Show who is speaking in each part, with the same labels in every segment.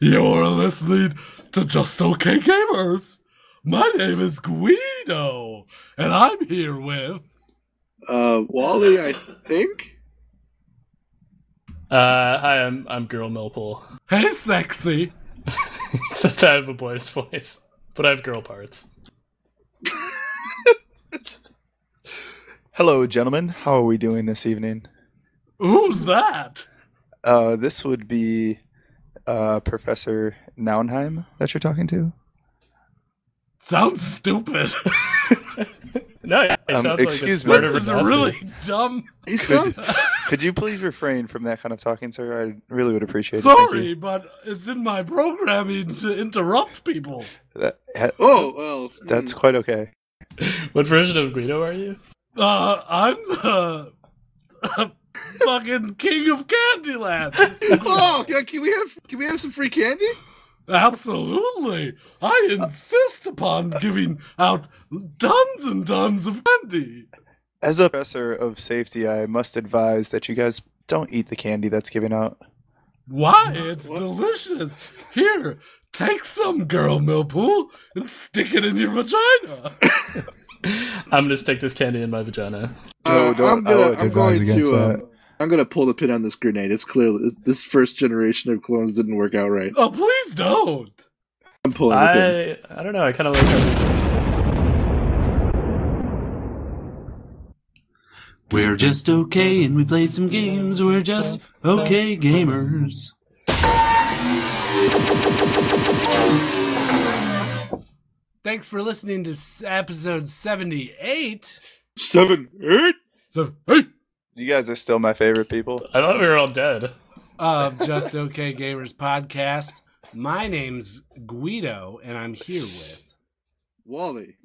Speaker 1: You're listening to Just Okay Gamers. My name is Guido, and I'm here with.
Speaker 2: Uh, Wally, I think.
Speaker 3: Uh, hi, I'm I'm Girl Millpool.
Speaker 1: Hey, sexy.
Speaker 3: Except I have a boy's voice, but I have girl parts.
Speaker 4: Hello, gentlemen. How are we doing this evening?
Speaker 1: Who's that?
Speaker 4: Uh, this would be uh, Professor Naunheim that you're talking to.
Speaker 1: Sounds stupid.
Speaker 3: No, it
Speaker 4: Um,
Speaker 3: sounds like
Speaker 4: excuse
Speaker 3: a
Speaker 4: me.
Speaker 3: smarter
Speaker 1: this is a
Speaker 3: version.
Speaker 1: really dumb.
Speaker 2: He sounds.
Speaker 4: Could you please refrain from that kind of talking, sir? I really would appreciate
Speaker 1: Sorry, but it's in my programming to interrupt people.
Speaker 4: it. Sorry.
Speaker 2: Oh well, hmm.
Speaker 4: That's quite okay.
Speaker 3: What version of Guido are you?
Speaker 1: Uh, I'm the fucking king of Candyland.
Speaker 2: Oh, can, can we have can we have some free candy?
Speaker 1: Absolutely. I insist upon giving out tons and tons of candy.
Speaker 4: As a professor of safety, I must advise that you guys don't eat the candy that's given out.
Speaker 1: Why? It's
Speaker 2: What?
Speaker 1: delicious. Here, take some, girl Millpool, and stick it in your vagina.
Speaker 3: I'm gonna stick this candy in my vagina.
Speaker 4: No,
Speaker 2: Uh, I'm
Speaker 4: don't- I
Speaker 2: gonna,
Speaker 4: would
Speaker 2: I'm
Speaker 4: advise
Speaker 2: going
Speaker 4: against
Speaker 2: to.
Speaker 4: that.
Speaker 2: Um, I'm gonna pull the pin on this grenade. It's clear this first generation of clones didn't work out right.
Speaker 1: Oh, please don't.
Speaker 2: I'm pulling the pin.
Speaker 3: I I don't know. I kind of like. How
Speaker 5: We're just okay and we play some games. We're just okay gamers.
Speaker 1: Thanks for listening to s- episode 78.
Speaker 2: Seven, eight.
Speaker 1: So, hey,
Speaker 4: You guys are still my favorite people.
Speaker 3: I thought we were all dead.
Speaker 6: of Just Okay Gamers podcast. My name's Guido, and I'm here with.
Speaker 2: Wally.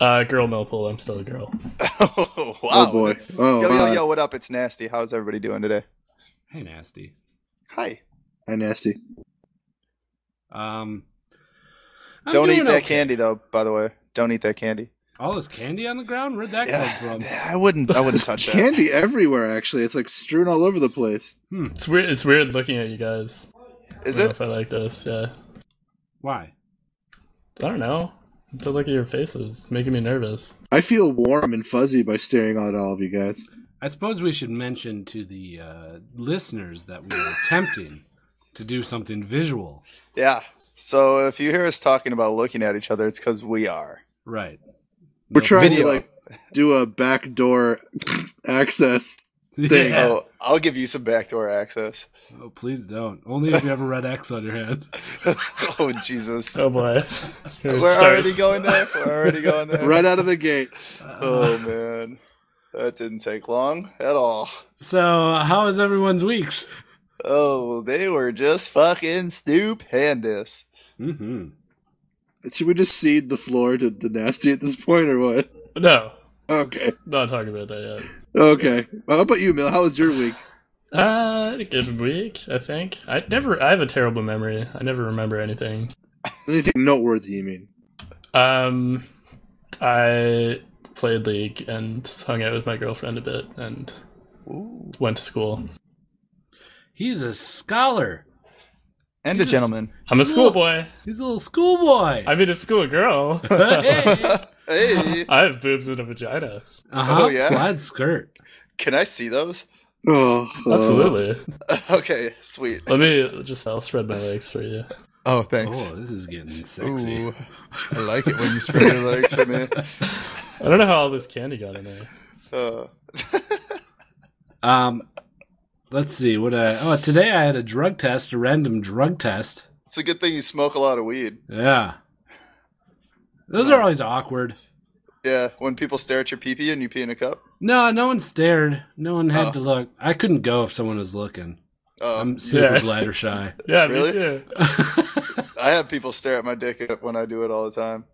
Speaker 3: Uh, girl Millpool. I'm still a girl.
Speaker 4: oh, wow.
Speaker 2: Oh boy. Oh,
Speaker 4: Yo, yo,
Speaker 2: uh,
Speaker 4: yo, what up? It's Nasty. How's everybody doing today?
Speaker 6: Hey, nasty.
Speaker 4: Hi.
Speaker 2: Hi, nasty.
Speaker 6: Um, I'm
Speaker 4: don't eat
Speaker 6: doing
Speaker 4: that
Speaker 6: okay.
Speaker 4: candy, though, by the way. Don't eat that candy.
Speaker 6: All this candy on the ground. Where'd that come from?
Speaker 4: I wouldn't. I wouldn't touch that.
Speaker 2: Candy everywhere. Actually, it's like strewn all over the place.
Speaker 3: It's weird. It's weird looking at you guys. I don't
Speaker 4: Is
Speaker 3: know
Speaker 4: it?
Speaker 3: if I like this? Yeah.
Speaker 6: Why?
Speaker 3: I don't know. The look at your faces it's making me nervous.
Speaker 2: I feel warm and fuzzy by staring at all of you guys.
Speaker 6: I suppose we should mention to the uh, listeners that we are attempting to do something visual.
Speaker 4: Yeah. So if you hear us talking about looking at each other, it's because we are.
Speaker 6: Right.
Speaker 2: We're trying
Speaker 4: Video.
Speaker 2: to like do a backdoor access.
Speaker 6: Yeah.
Speaker 2: Yeah.
Speaker 4: Oh, I'll give you some backdoor access.
Speaker 6: Oh, please don't. Only if you have a red X on your head.
Speaker 4: oh Jesus.
Speaker 3: Oh boy. Here
Speaker 4: We're
Speaker 3: it starts.
Speaker 4: already going there. We're already going there.
Speaker 2: Right out of the gate.
Speaker 4: Oh man. That didn't take long at all.
Speaker 6: So, how is everyone's weeks?
Speaker 4: Oh, they were just fucking stupendous.
Speaker 6: Mm-hmm.
Speaker 2: Should we just cede the floor to the nasty at this point, or what?
Speaker 3: No,
Speaker 2: Okay.
Speaker 3: not talking about that yet.
Speaker 2: Okay. How about you, Mill? How was your week?
Speaker 3: Uh, I had a good week, I think. I never. I have a terrible memory. I never remember anything.
Speaker 2: Anything noteworthy? You mean?
Speaker 3: Um, I played League and hung out with my girlfriend a bit and went to school.
Speaker 6: He's a scholar.
Speaker 4: And
Speaker 6: Jesus.
Speaker 4: a gentleman.
Speaker 3: I'm a schoolboy.
Speaker 6: He's a little schoolboy.
Speaker 3: I mean, a schoolgirl.
Speaker 6: Hey.
Speaker 4: Oh, hey,
Speaker 3: I have boobs and a vagina.
Speaker 6: Uh-huh.
Speaker 4: Oh, yeah?
Speaker 6: Plaid skirt.
Speaker 4: can I see those?
Speaker 2: Oh, uh,
Speaker 3: Absolutely.
Speaker 4: okay, sweet.
Speaker 3: Let me just. I'll spread my legs for you.
Speaker 4: Oh, thanks.
Speaker 6: Oh, this is getting sexy.
Speaker 4: Ooh, I like it when you spread your legs for me.
Speaker 3: I don't know how all this candy got in there.
Speaker 4: So,
Speaker 6: Um, let's see what. I, oh, today I had a drug test, a random drug test.
Speaker 4: it's a good thing you smoke a lot of weed.
Speaker 6: Yeah, those are always awkward.
Speaker 4: Yeah, when people stare at your pee pee and you pee in a cup.
Speaker 6: No, no one stared. No one had
Speaker 4: Oh.
Speaker 6: to look. I couldn't go if someone was looking.
Speaker 4: Um,
Speaker 2: Oh.
Speaker 6: I'm super
Speaker 3: Yeah.
Speaker 6: bladder shy.
Speaker 3: Yeah, me
Speaker 4: Really?
Speaker 3: too.
Speaker 4: I have people stare at my dick when I do it all the time.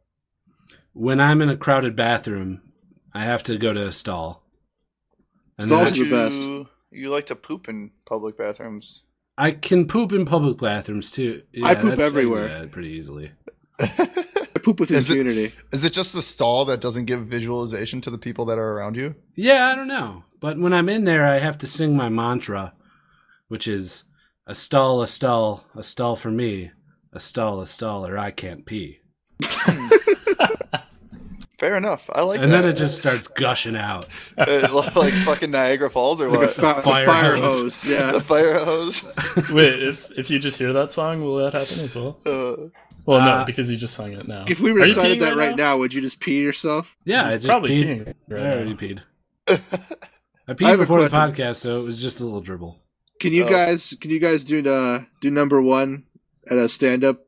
Speaker 6: when I'm in a crowded bathroom, I have to go to a stall. And
Speaker 2: Stalls
Speaker 6: I-
Speaker 2: Those are the best.
Speaker 4: You- You like to poop in public bathrooms.
Speaker 6: I can poop in public bathrooms too.
Speaker 2: I poop
Speaker 6: that's- can do
Speaker 2: everywhere.
Speaker 6: that pretty easily.
Speaker 2: I poop with
Speaker 7: Is it-
Speaker 2: impunity.
Speaker 7: Is it just the stall that doesn't give visualization to the people that are around you?
Speaker 6: Yeah, I don't know. But when I'm in there, I have to sing my mantra, which is A stall, a stall, a stall for me. A stall, a stall, or I can't pee.
Speaker 4: Fair enough. I like
Speaker 6: and
Speaker 4: that.
Speaker 6: then it just starts gushing out.
Speaker 4: Uh, like like fucking Niagara Falls or
Speaker 2: Like a
Speaker 4: what?
Speaker 2: fi- a
Speaker 6: fire
Speaker 2: fire,
Speaker 6: hose.
Speaker 2: hose.
Speaker 4: the
Speaker 2: Yeah.
Speaker 4: fire hose.
Speaker 3: Wait, if if you just hear that song, will that happen as well?
Speaker 4: Uh,
Speaker 3: Well, no,
Speaker 6: Uh,
Speaker 3: because you just sung it now.
Speaker 2: If we
Speaker 3: Are you
Speaker 2: recited
Speaker 3: peeing
Speaker 2: that right now, would you just pee yourself?
Speaker 6: Yeah,
Speaker 3: He's
Speaker 6: I just
Speaker 3: probably
Speaker 6: peed.
Speaker 3: peeing right
Speaker 6: I already
Speaker 3: now.
Speaker 6: peed.
Speaker 4: I
Speaker 6: I
Speaker 2: I
Speaker 6: peed
Speaker 2: have a
Speaker 6: before the
Speaker 2: question.
Speaker 6: podcast, so it was just a little dribble.
Speaker 2: Can you
Speaker 4: Oh.
Speaker 2: guys can you guys do uh, do number one at a stand up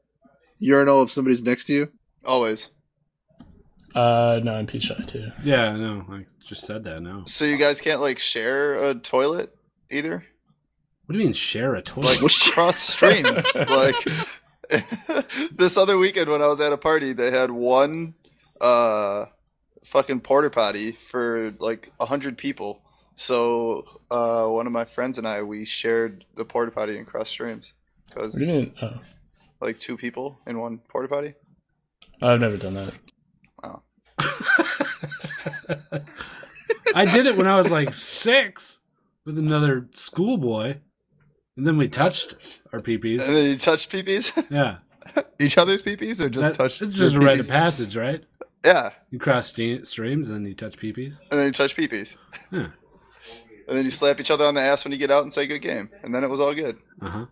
Speaker 2: urinal if somebody's next to you?
Speaker 4: always.
Speaker 3: Uh, no, I'm pee shy too.
Speaker 6: Yeah, no, I just said that. No,
Speaker 4: So you guys can't like share a toilet either,
Speaker 6: what do you mean share a toilet?
Speaker 4: like cross streams. like this other weekend when I was at a party, they had one uh fucking porter potty for like a hundred people. So uh, one of my friends and I we shared the porter potty in cross streams
Speaker 3: What
Speaker 4: because
Speaker 3: do you mean? Oh,
Speaker 4: like two people in one porta potty.
Speaker 3: I've never done that.
Speaker 6: I did it when I was like six with another schoolboy, and then we touched our
Speaker 4: And
Speaker 6: peepees.
Speaker 4: then you touch peepees,
Speaker 6: Yeah,
Speaker 4: each other's peepees, or just
Speaker 6: That-
Speaker 4: touch.
Speaker 6: It's
Speaker 4: your
Speaker 6: just a rite of
Speaker 4: peepees?
Speaker 6: passage, right?
Speaker 4: Yeah,
Speaker 6: You cross ste- streams and then you touch peepees.
Speaker 4: and then you touch peepees.
Speaker 6: Hmm.
Speaker 4: And then you slap each other on the ass when you get out and say good game. And then it was all good.
Speaker 6: Uh huh.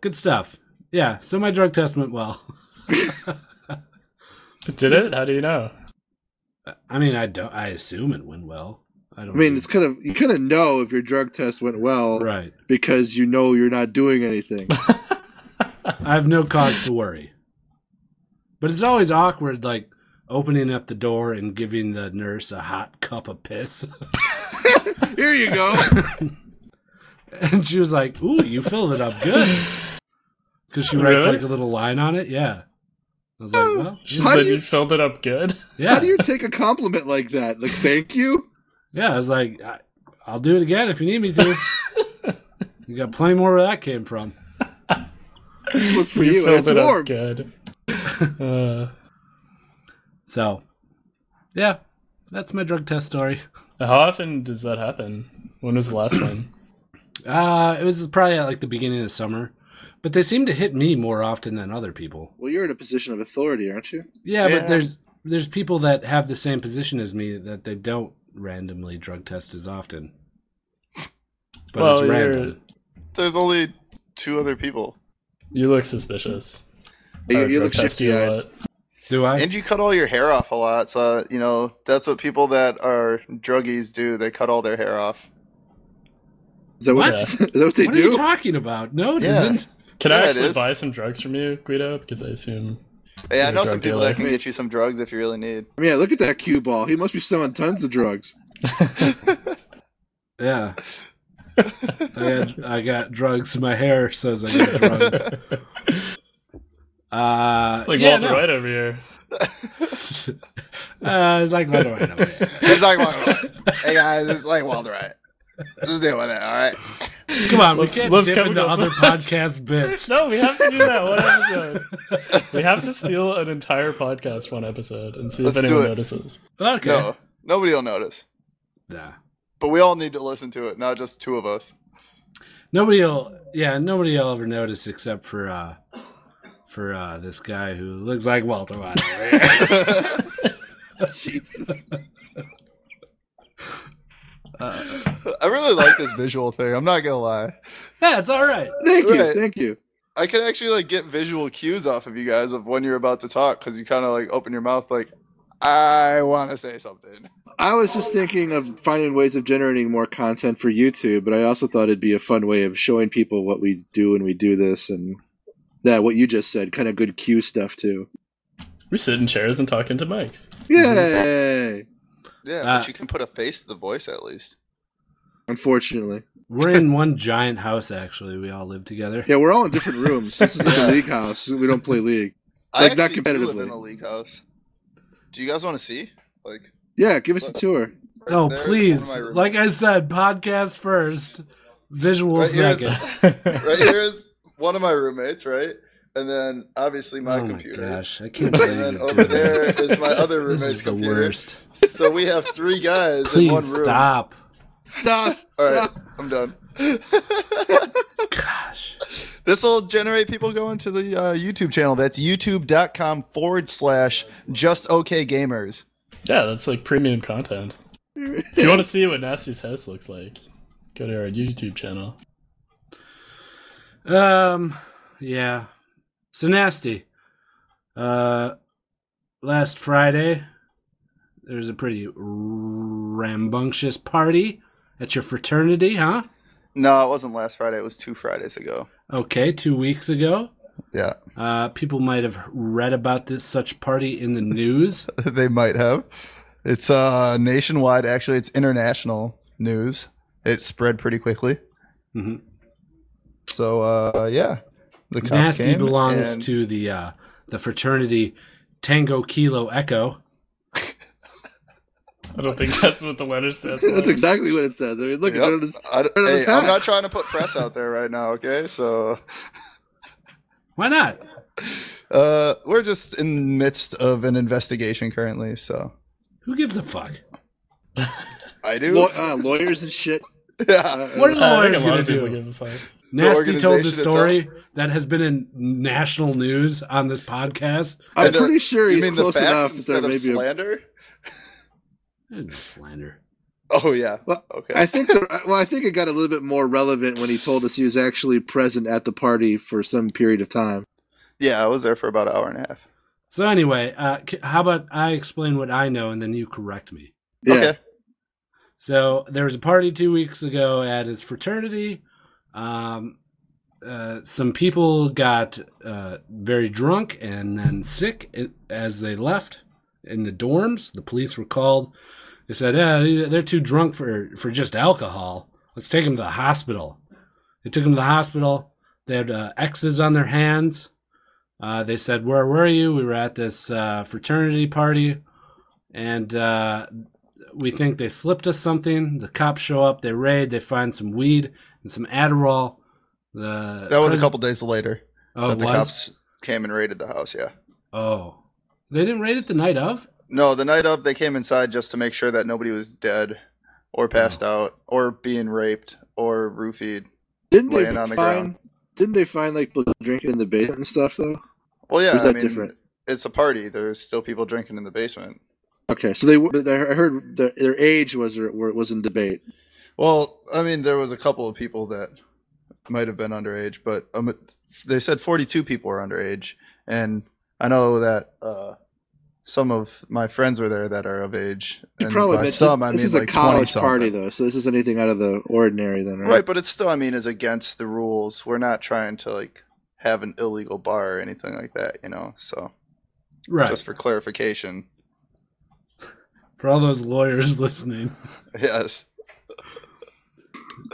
Speaker 6: Good stuff. Yeah. So my drug test went well.
Speaker 3: Did it? How do you know?
Speaker 6: I mean, I don't. I assume it went well. I don't.
Speaker 2: I mean,
Speaker 6: know.
Speaker 2: it's kind of you kind of know if your drug test went well
Speaker 6: right.
Speaker 2: because you know you're not doing anything.
Speaker 6: I have no cause to worry. But it's always awkward, like opening up the door and giving the nurse a hot cup of piss.
Speaker 2: Here you go.
Speaker 6: And she was like, Ooh, you filled it up good. Because she writes
Speaker 3: Really?
Speaker 6: like a little line on it. Yeah. I was like, Well,
Speaker 3: She
Speaker 2: How
Speaker 3: said
Speaker 2: do you-
Speaker 3: you filled it up good.
Speaker 2: How
Speaker 6: yeah.
Speaker 2: do you take a compliment like that? Like, thank you.
Speaker 6: Yeah. I was like, I, I'll do it again if you need me to. you got plenty more where that came from.
Speaker 2: This one's for you, and
Speaker 3: filled
Speaker 2: it's
Speaker 3: it up
Speaker 2: warm.
Speaker 3: good. Uh,
Speaker 6: So, yeah, that's my drug test story.
Speaker 3: how often does that happen? When was the last one?
Speaker 6: Uh, it was probably at like the beginning of summer, but they seem to hit me more often than other people.
Speaker 2: Well, you're in a position of authority, aren't you?
Speaker 6: Yeah,
Speaker 4: Yeah.
Speaker 6: but there's there's people that have the same position as me that they don't randomly drug test as often. But
Speaker 3: well,
Speaker 6: it's
Speaker 3: you
Speaker 6: random.
Speaker 4: There's only two other people.
Speaker 3: you look suspicious.
Speaker 2: You,
Speaker 3: Uh,
Speaker 2: you
Speaker 3: drug
Speaker 2: look
Speaker 3: test you
Speaker 2: shifty
Speaker 3: a
Speaker 2: eyed.
Speaker 3: lot.
Speaker 6: Do I?
Speaker 4: And you cut all your hair off a lot. So, you know, that's what people that are druggies do. They cut all their hair off.
Speaker 2: Is that what,
Speaker 3: What?
Speaker 2: is that what they
Speaker 6: what are
Speaker 2: do?
Speaker 6: you talking about? No, it
Speaker 4: Yeah.
Speaker 6: not
Speaker 3: Can
Speaker 4: Yeah,
Speaker 3: I
Speaker 4: it
Speaker 3: actually
Speaker 4: is.
Speaker 3: buy some drugs from you, Guido? Because I assume
Speaker 4: Yeah, I
Speaker 3: You're a
Speaker 4: know some
Speaker 3: drug
Speaker 4: people
Speaker 3: dealer.
Speaker 4: that can get you some drugs if you really need.
Speaker 2: I mean, yeah, look at that cue ball. He must be selling tons of drugs.
Speaker 6: Yeah. I got I got drugs. My hair says I got drugs. Uh,
Speaker 3: it's like
Speaker 6: yeah,
Speaker 3: Walter
Speaker 6: no.
Speaker 3: White over here.
Speaker 6: uh, it's like Walter White. over here.
Speaker 4: It's like Walter White. Hey guys, it's like Walter White. Just deal with it, all right?
Speaker 6: Come on, we
Speaker 3: Loves-
Speaker 6: can't
Speaker 3: loves
Speaker 6: dip
Speaker 3: Kevin
Speaker 6: into
Speaker 3: Dillon so
Speaker 6: other
Speaker 3: much.
Speaker 6: podcast bits.
Speaker 3: No, we have to do that one episode. We have to steal an entire podcast one episode and see
Speaker 4: Let's
Speaker 3: if
Speaker 4: do
Speaker 3: anyone
Speaker 4: it.
Speaker 3: notices.
Speaker 6: Okay.
Speaker 4: No, nobody will notice.
Speaker 6: Nah.
Speaker 4: But we all need to listen to it, not just two of us.
Speaker 6: Nobody will. Yeah, nobody will ever notice except for uh, for uh, this guy who looks like Walter White.
Speaker 2: Jesus.
Speaker 4: I really like this visual thing. I'm not gonna lie.
Speaker 6: yeah, it's all right.
Speaker 2: Thank you.
Speaker 4: Right.
Speaker 2: Thank you.
Speaker 4: I can actually like get visual cues off of you guys of when you're about to talk because you kind of like open your mouth like, I want to say something.
Speaker 2: I was just thinking of finding ways of generating more content for YouTube, but I also thought it'd be a fun way of showing people what we do when we do this and that, what you just said, kind of good cue stuff too.
Speaker 3: We sit in chairs and talk into mics.
Speaker 2: Yay!
Speaker 4: Yeah,
Speaker 6: Uh,
Speaker 4: but you can put a face to the voice at least.
Speaker 2: Unfortunately.
Speaker 6: We're in one giant house. Actually, we all live together.
Speaker 2: Yeah, we're all in different rooms. This is like a league house. We don't play league.
Speaker 4: I
Speaker 2: Like, not
Speaker 4: actually do live
Speaker 2: competitively.
Speaker 4: in a league house. Do you guys want to see? Like,
Speaker 2: Yeah, give us a tour.
Speaker 4: right
Speaker 6: oh,
Speaker 4: there is one of
Speaker 6: please!
Speaker 4: my rooms.
Speaker 6: Like I said, podcast first, visual
Speaker 4: Right here is-
Speaker 6: second.
Speaker 4: right here is one of my roommates, right? And then obviously my
Speaker 6: oh
Speaker 4: computer.
Speaker 6: my gosh! I can't believe
Speaker 4: And then
Speaker 6: you're
Speaker 4: over
Speaker 6: doing this.
Speaker 4: there is my other
Speaker 6: This
Speaker 4: roommate's
Speaker 6: is the
Speaker 4: computer.
Speaker 6: worst.
Speaker 4: So we have three guys in
Speaker 6: Please
Speaker 4: one room.
Speaker 6: stop.
Speaker 2: Stop.
Speaker 4: All right, I'm done.
Speaker 6: Gosh.
Speaker 4: This will generate people going to the uh, YouTube channel. That's youtube.com forward slash just okay gamers.
Speaker 3: Yeah, that's like premium content. If you want to see what Nasty's house looks like, go to our YouTube channel.
Speaker 6: Um, yeah. So nasty. Uh, last Friday, there was a pretty rambunctious party at your fraternity, huh?
Speaker 4: No, it wasn't last Friday. It was two Fridays ago.
Speaker 6: Okay, two weeks ago.
Speaker 4: Yeah,
Speaker 6: Uh, people might have read about this such party in the news.
Speaker 7: they might have. It's uh nationwide. Actually, it's international news. It spread pretty quickly.
Speaker 6: Mhm.
Speaker 7: So uh, yeah, the cops
Speaker 6: Nasty
Speaker 7: came
Speaker 6: belongs
Speaker 7: and-
Speaker 6: to the uh, the fraternity Tango Kilo Echo.
Speaker 3: I don't think that's what the letter said.
Speaker 2: That's exactly what it says. I mean, look,
Speaker 4: Yep.
Speaker 2: it is-
Speaker 4: I,
Speaker 2: on his
Speaker 4: hey, I'm
Speaker 2: hat.
Speaker 4: not trying to put press out there right now. Okay, so
Speaker 6: Why not?
Speaker 7: Uh, we're just in the midst of an investigation currently. So
Speaker 6: Who gives a fuck?
Speaker 4: I do.
Speaker 2: law- uh, lawyers and shit.
Speaker 4: yeah,
Speaker 2: Uh,
Speaker 6: What are the
Speaker 3: Uh, I think
Speaker 6: lawyers
Speaker 3: a lot
Speaker 6: going
Speaker 3: of
Speaker 6: to
Speaker 3: people
Speaker 6: do?
Speaker 3: give a fuck.
Speaker 6: Nasty told the
Speaker 4: organization
Speaker 6: story that has been in national news on this podcast.
Speaker 4: I
Speaker 2: I'm
Speaker 4: know.
Speaker 2: pretty sure
Speaker 4: uh, you
Speaker 2: he's
Speaker 4: mean the
Speaker 2: close enough
Speaker 4: facts
Speaker 2: that there
Speaker 4: instead of
Speaker 2: may be. A,
Speaker 4: slander?
Speaker 6: There's no slander.
Speaker 4: Oh yeah.
Speaker 2: Well,
Speaker 4: okay.
Speaker 2: I think. There, well, I think it got a little bit more relevant when he told us he was actually present at the party for some period of time.
Speaker 4: yeah, I was there for about an hour and a half.
Speaker 6: So anyway, uh, c- how about I explain what I know and then you correct me?
Speaker 2: Yeah.
Speaker 4: Okay.
Speaker 6: So there was a party two weeks ago at his fraternity. Um, uh, some people got uh, very drunk and then sick i- as they left in the dorms. The police were called. They said, "Yeah, they- they're too drunk for for just alcohol. Let's take them to the hospital." They took them to the hospital. They had uh, X's on their hands. Uh, they said, "Where were you? We were at this uh, fraternity party, and uh, we think they slipped us something. The cops show up, they raid, they find some weed and some Adderall. The
Speaker 7: that was a
Speaker 6: pres-
Speaker 7: couple days later.
Speaker 6: Oh,
Speaker 7: that
Speaker 6: it
Speaker 7: the
Speaker 6: was?
Speaker 7: cops-
Speaker 4: Came and raided the house. Yeah.
Speaker 6: Oh, they didn't raid it the night of.
Speaker 4: No, the night of they came inside just to make sure that nobody was dead or passed
Speaker 2: Oh.
Speaker 4: out or being raped or roofied.
Speaker 2: Didn't they
Speaker 4: Laying on
Speaker 2: find?
Speaker 4: the ground.
Speaker 2: Didn't they find like people drinking in the basement and stuff though?
Speaker 4: Well, yeah,
Speaker 2: Or is that
Speaker 4: I mean,
Speaker 2: different?
Speaker 4: it's a party. There's still people drinking in the basement.
Speaker 2: Okay, so they. were- but I heard their, their age was were- was in debate.
Speaker 7: Well, I mean, there was a couple of people that might have been underage, but um, they said 42 people were underage, and I know that uh, some of my friends were there that are of age.
Speaker 2: You
Speaker 7: And
Speaker 2: probably
Speaker 7: by
Speaker 2: meant-
Speaker 7: some, I
Speaker 2: this
Speaker 7: mean
Speaker 2: is
Speaker 7: like
Speaker 2: a college
Speaker 7: 20
Speaker 2: party though, so this is anything out of the ordinary then, right?
Speaker 4: Right, but it's still, I mean, is against the rules. We're not trying to like have an illegal bar or anything like that, you know. So
Speaker 6: Right.
Speaker 4: just for clarification,
Speaker 6: for all those lawyers listening.
Speaker 4: yes.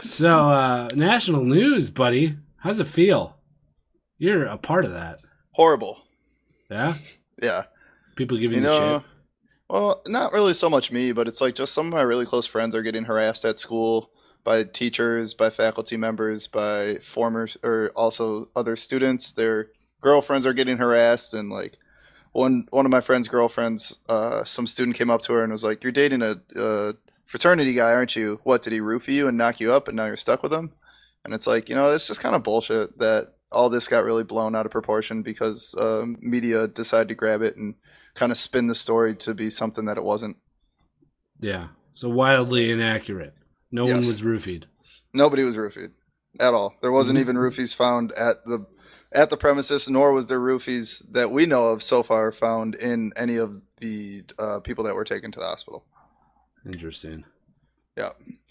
Speaker 6: So, uh, national news, buddy. How's it feel? You're a part of that.
Speaker 4: Horrible.
Speaker 6: Yeah.
Speaker 4: Yeah.
Speaker 6: People giving
Speaker 4: You
Speaker 6: you
Speaker 4: know,
Speaker 6: shit.
Speaker 4: well, not really so much me, but it's like just some of my really close friends are getting harassed at school by teachers, by faculty members, by former or also other students. Their girlfriends are getting harassed, and like one one of my friend's girlfriends, uh, some student came up to her and was like, "You're dating a, a fraternity guy, aren't you? What did he roofie you and knock you up, and now you're stuck with him?" And it's like, you know, it's just kind of bullshit that all this got really blown out of proportion because uh, media decided to grab it and kind of spin the story to be something that it wasn't.
Speaker 6: Yeah. So wildly inaccurate. No one
Speaker 4: Yes.
Speaker 6: was roofied.
Speaker 4: Nobody was roofied at all. There wasn't
Speaker 6: Mm-hmm.
Speaker 4: even roofies found at the at the premises, nor was there roofies that we know of so far found in any of the uh, people that were taken to the hospital.
Speaker 6: Interesting.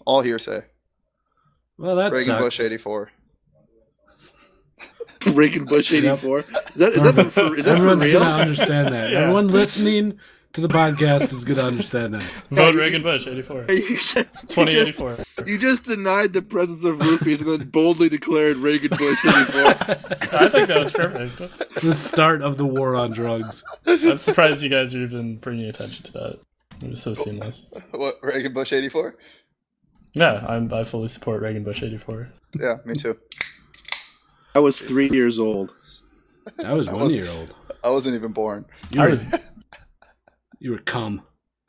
Speaker 4: All hearsay.
Speaker 6: Well, that
Speaker 4: Reagan
Speaker 6: sucks.
Speaker 4: Bush eighty four.
Speaker 2: Reagan Bush
Speaker 6: Yep.
Speaker 2: eighty four. Is that, is that for, is that for
Speaker 6: Everyone's
Speaker 2: real?
Speaker 6: gonna understand that.
Speaker 3: Yeah.
Speaker 6: Everyone listening to the podcast is gonna understand that.
Speaker 3: Vote Reagan Bush, 84.
Speaker 2: You just- you just-
Speaker 3: 2084.
Speaker 2: You just denied the presence of roofies and then boldly declared Reagan Bush 84.
Speaker 3: I think that was perfect.
Speaker 6: The start of the war on drugs.
Speaker 3: I'm surprised you guys are even bringing attention to that. It was so seamless.
Speaker 4: What Reagan Bush eighty four?
Speaker 3: Yeah, I'm, I fully support Reagan Bush 84.
Speaker 4: Yeah, me too.
Speaker 2: I was three years old.
Speaker 6: That was
Speaker 4: I
Speaker 6: one
Speaker 4: was-
Speaker 6: year old.
Speaker 4: I wasn't even born.
Speaker 6: You
Speaker 3: I
Speaker 6: were,
Speaker 3: was
Speaker 6: you were cum.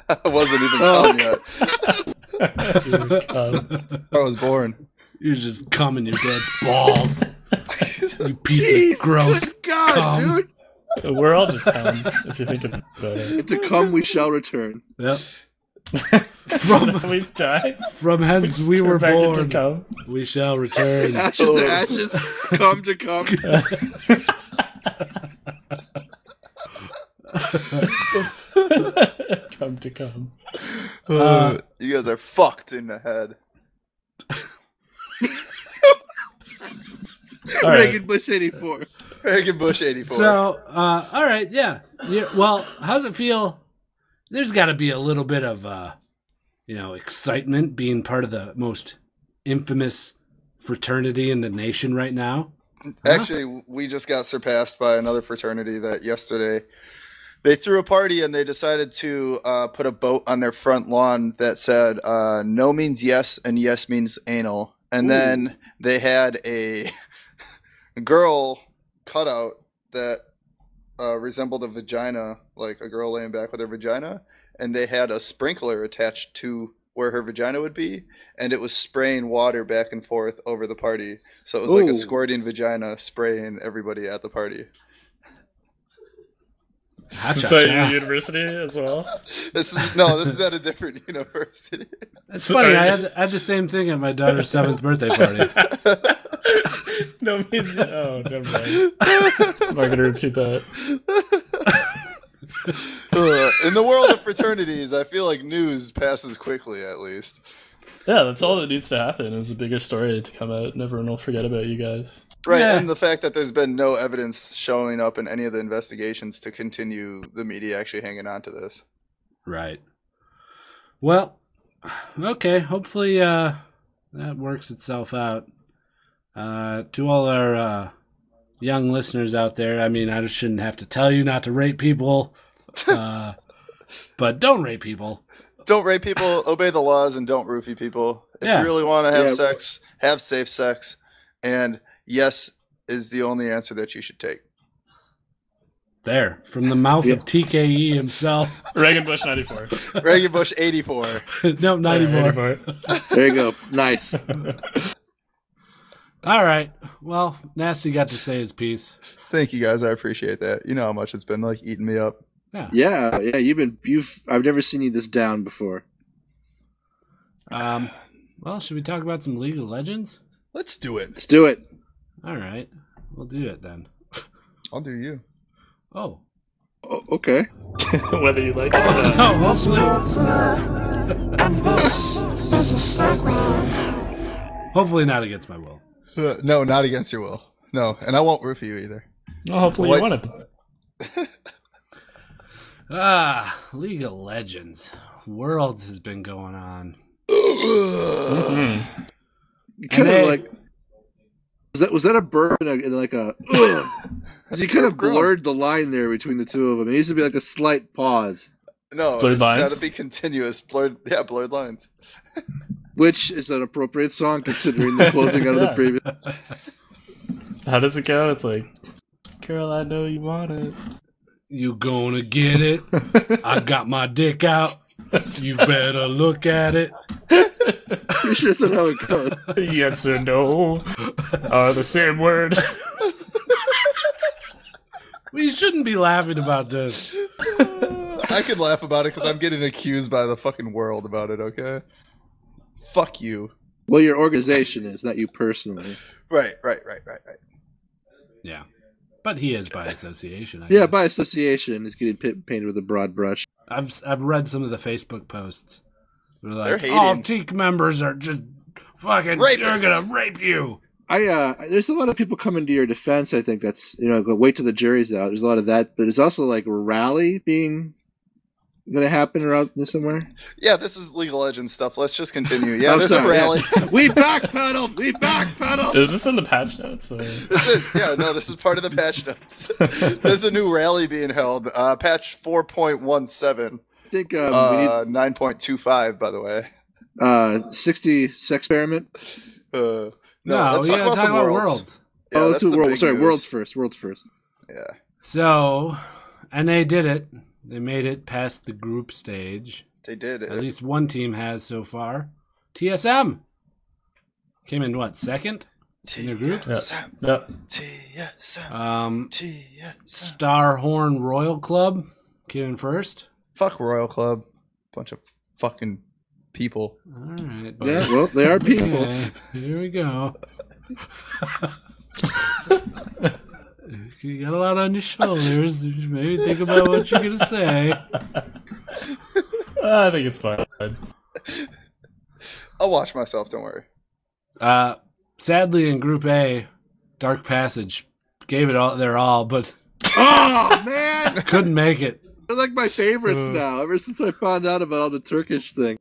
Speaker 4: I wasn't even
Speaker 2: Oh.
Speaker 4: born yet.
Speaker 3: um,
Speaker 7: I was born.
Speaker 6: You just cum in your dad's balls. you piece of gross.
Speaker 2: Good God,
Speaker 6: cum.
Speaker 2: dude!
Speaker 3: We're all just dumb if you think about it.
Speaker 2: To come, we shall return.
Speaker 6: Yep.
Speaker 3: so then we died.
Speaker 6: From hence we
Speaker 3: turn
Speaker 6: were
Speaker 3: back into
Speaker 6: born.
Speaker 3: cum.
Speaker 6: We shall return. Uh,
Speaker 2: Ashes to ashes, come to come.
Speaker 3: Come to come.
Speaker 6: Uh,
Speaker 4: You guys are fucked in the head.
Speaker 3: All right.
Speaker 2: Reagan Bush '84.
Speaker 4: Reagan Bush eighty four.
Speaker 6: so, uh, all right, yeah. yeah. Well, how's it feel? There's got to be a little bit of, uh, you know, excitement being part of the most infamous fraternity in the nation right now.
Speaker 4: Actually, we just got surpassed by another fraternity that yesterday they threw a party and they decided to uh, put a boat on their front lawn that said uh, no means yes and yes means anal. And then they had a girl cutout that uh, resembled a vagina, like a girl laying back with her vagina. And they had a sprinkler attached to where her vagina would be. And it was spraying water back and forth over the party. So it was like
Speaker 2: Ooh.
Speaker 4: a squirting vagina spraying everybody at the party.
Speaker 3: Is
Speaker 6: Gotcha.
Speaker 3: that your university as well?
Speaker 4: This is no, this is at a different university.
Speaker 6: It's funny. I had, I had the same thing at my daughter's seventh birthday party.
Speaker 3: no means. Oh, never mind. I'm not gonna repeat that.
Speaker 4: Uh, in the world of fraternities, I feel like news passes quickly, at least.
Speaker 3: Yeah, that's all that needs to happen is a bigger story to come out, and everyone will forget about you guys.
Speaker 4: Right,
Speaker 6: Yeah.
Speaker 4: and the fact that there's been no evidence showing up in any of the investigations to continue the media actually hanging on to this.
Speaker 6: Right. Well, okay. Hopefully, uh, that works itself out. Uh, to all our uh, young listeners out there, I mean, I just shouldn't have to tell you not to rape people, uh, but don't rape people.
Speaker 4: Don't rape people, obey the laws, and don't roofie people. If
Speaker 6: Yeah.
Speaker 4: you really want to have
Speaker 2: Yeah.
Speaker 4: sex, have safe sex. And yes is the only answer that you should take.
Speaker 6: There, from the mouth
Speaker 2: Yeah.
Speaker 6: of TKE himself.
Speaker 3: Reagan Bush '94.
Speaker 4: Reagan Bush 84.
Speaker 6: no, ninety-four.
Speaker 2: There you go. Nice.
Speaker 6: All right. Well, Nasty got to say his piece.
Speaker 4: Thank you guys. I appreciate that. You know how much it's been like eating me up.
Speaker 2: Yeah, yeah. You've been you've. I've never seen you this down before.
Speaker 6: Um, well, should we talk about some League of Legends?
Speaker 4: Let's do it.
Speaker 2: Let's do it.
Speaker 6: All right, we'll do it then.
Speaker 4: I'll do you.
Speaker 6: Oh.
Speaker 2: O- okay.
Speaker 3: Whether you like it or not.
Speaker 6: Oh, hopefully, hopefully not against my will.
Speaker 4: Uh, no, not against your will. No, and I won't roofie you either.
Speaker 3: Well, hopefully you
Speaker 4: What's-
Speaker 3: want it.
Speaker 6: Ah, League of Legends. Worlds has been going on.
Speaker 3: Hmm.
Speaker 2: You kind
Speaker 6: they-
Speaker 2: of like. Was that was that a burp and, a, and like a? Because you kind of
Speaker 4: Grown.
Speaker 2: blurred the line there between the two of them. It needs to be like a slight pause,
Speaker 4: No,
Speaker 3: Blurred
Speaker 4: it's
Speaker 3: lines?
Speaker 4: gotta be continuous. Blurred, yeah, blurred lines.
Speaker 2: which is an appropriate song considering the closing out of the
Speaker 3: Yeah.
Speaker 2: previous.
Speaker 3: How does it go? It's like, girl, I know you want it.
Speaker 6: You gonna get it? I got my dick out. You better look at it.
Speaker 2: Pretty sure that's not how it goes.
Speaker 3: yes and no are the same word.
Speaker 6: We shouldn't be laughing about this.
Speaker 4: I could laugh about it because I'm getting accused by the fucking world about it. Okay, fuck you.
Speaker 2: Well, your organization is not you personally.
Speaker 4: Right, right, right, right, right.
Speaker 6: Yeah. But he is by association. I
Speaker 2: Yeah,
Speaker 6: guess.
Speaker 2: by association, it's getting pa- painted with a broad brush.
Speaker 6: I've I've read some of the Facebook posts. They're
Speaker 4: They're
Speaker 6: like,
Speaker 4: hating.
Speaker 6: all Teak members are just fucking. They're
Speaker 4: Rapists."
Speaker 6: gonna rape you.
Speaker 2: I uh, there's a lot of people coming to your defense. I think that's you know go wait till the jury's out. There's a lot of that, but there's also like rally being going to happen around somewhere.
Speaker 4: Yeah, this is League of Legends stuff. Let's just continue. Yeah,
Speaker 2: I'm
Speaker 4: there's
Speaker 2: Oh,
Speaker 4: a
Speaker 2: sorry,
Speaker 4: rally.
Speaker 2: We backpedaled. We backpedaled.
Speaker 3: Is this in the patch notes? Or...
Speaker 4: This is yeah, no, this is part of the patch notes. there's a new rally being held. Uh, patch four point one seven.
Speaker 2: I think um,
Speaker 4: Uh, nine point two five. By the way.
Speaker 2: we need uh, 60 sex experiment.
Speaker 4: Uh,
Speaker 6: No,
Speaker 4: no, let's
Speaker 6: we
Speaker 4: talk
Speaker 6: gotta
Speaker 4: about
Speaker 6: talk
Speaker 4: some
Speaker 6: about
Speaker 4: worlds.
Speaker 6: worlds.
Speaker 4: Yeah,
Speaker 2: oh,
Speaker 4: that's
Speaker 2: two
Speaker 4: the
Speaker 2: worlds.
Speaker 4: big
Speaker 2: Sorry,
Speaker 4: news.
Speaker 2: worlds first. Worlds first.
Speaker 4: Yeah.
Speaker 6: So, NA did it. They made it past the group stage.
Speaker 4: They did.
Speaker 6: At least one team has so far. TSM. Came in what second in their group?
Speaker 4: TSM,
Speaker 3: Yep.
Speaker 4: TSM,
Speaker 6: Um,
Speaker 4: TSM.
Speaker 6: Starhorn Royal Club came in first.
Speaker 7: Fuck Royal Club. Bunch of fucking people.
Speaker 6: All right, buddy.
Speaker 2: Yeah, well, they are people.
Speaker 6: Okay, here we go. you got a lot on your shoulders. You should Maybe think about what you're gonna say.
Speaker 3: I think it's fine.
Speaker 4: I'll watch myself. Don't worry.
Speaker 6: Uh, sadly, in Group A, Dark Passage gave it all their all, but
Speaker 2: oh man,
Speaker 6: couldn't make it.
Speaker 2: they're like my favorites
Speaker 6: Uh.
Speaker 2: now. Ever since I found out about all the Turkish thing.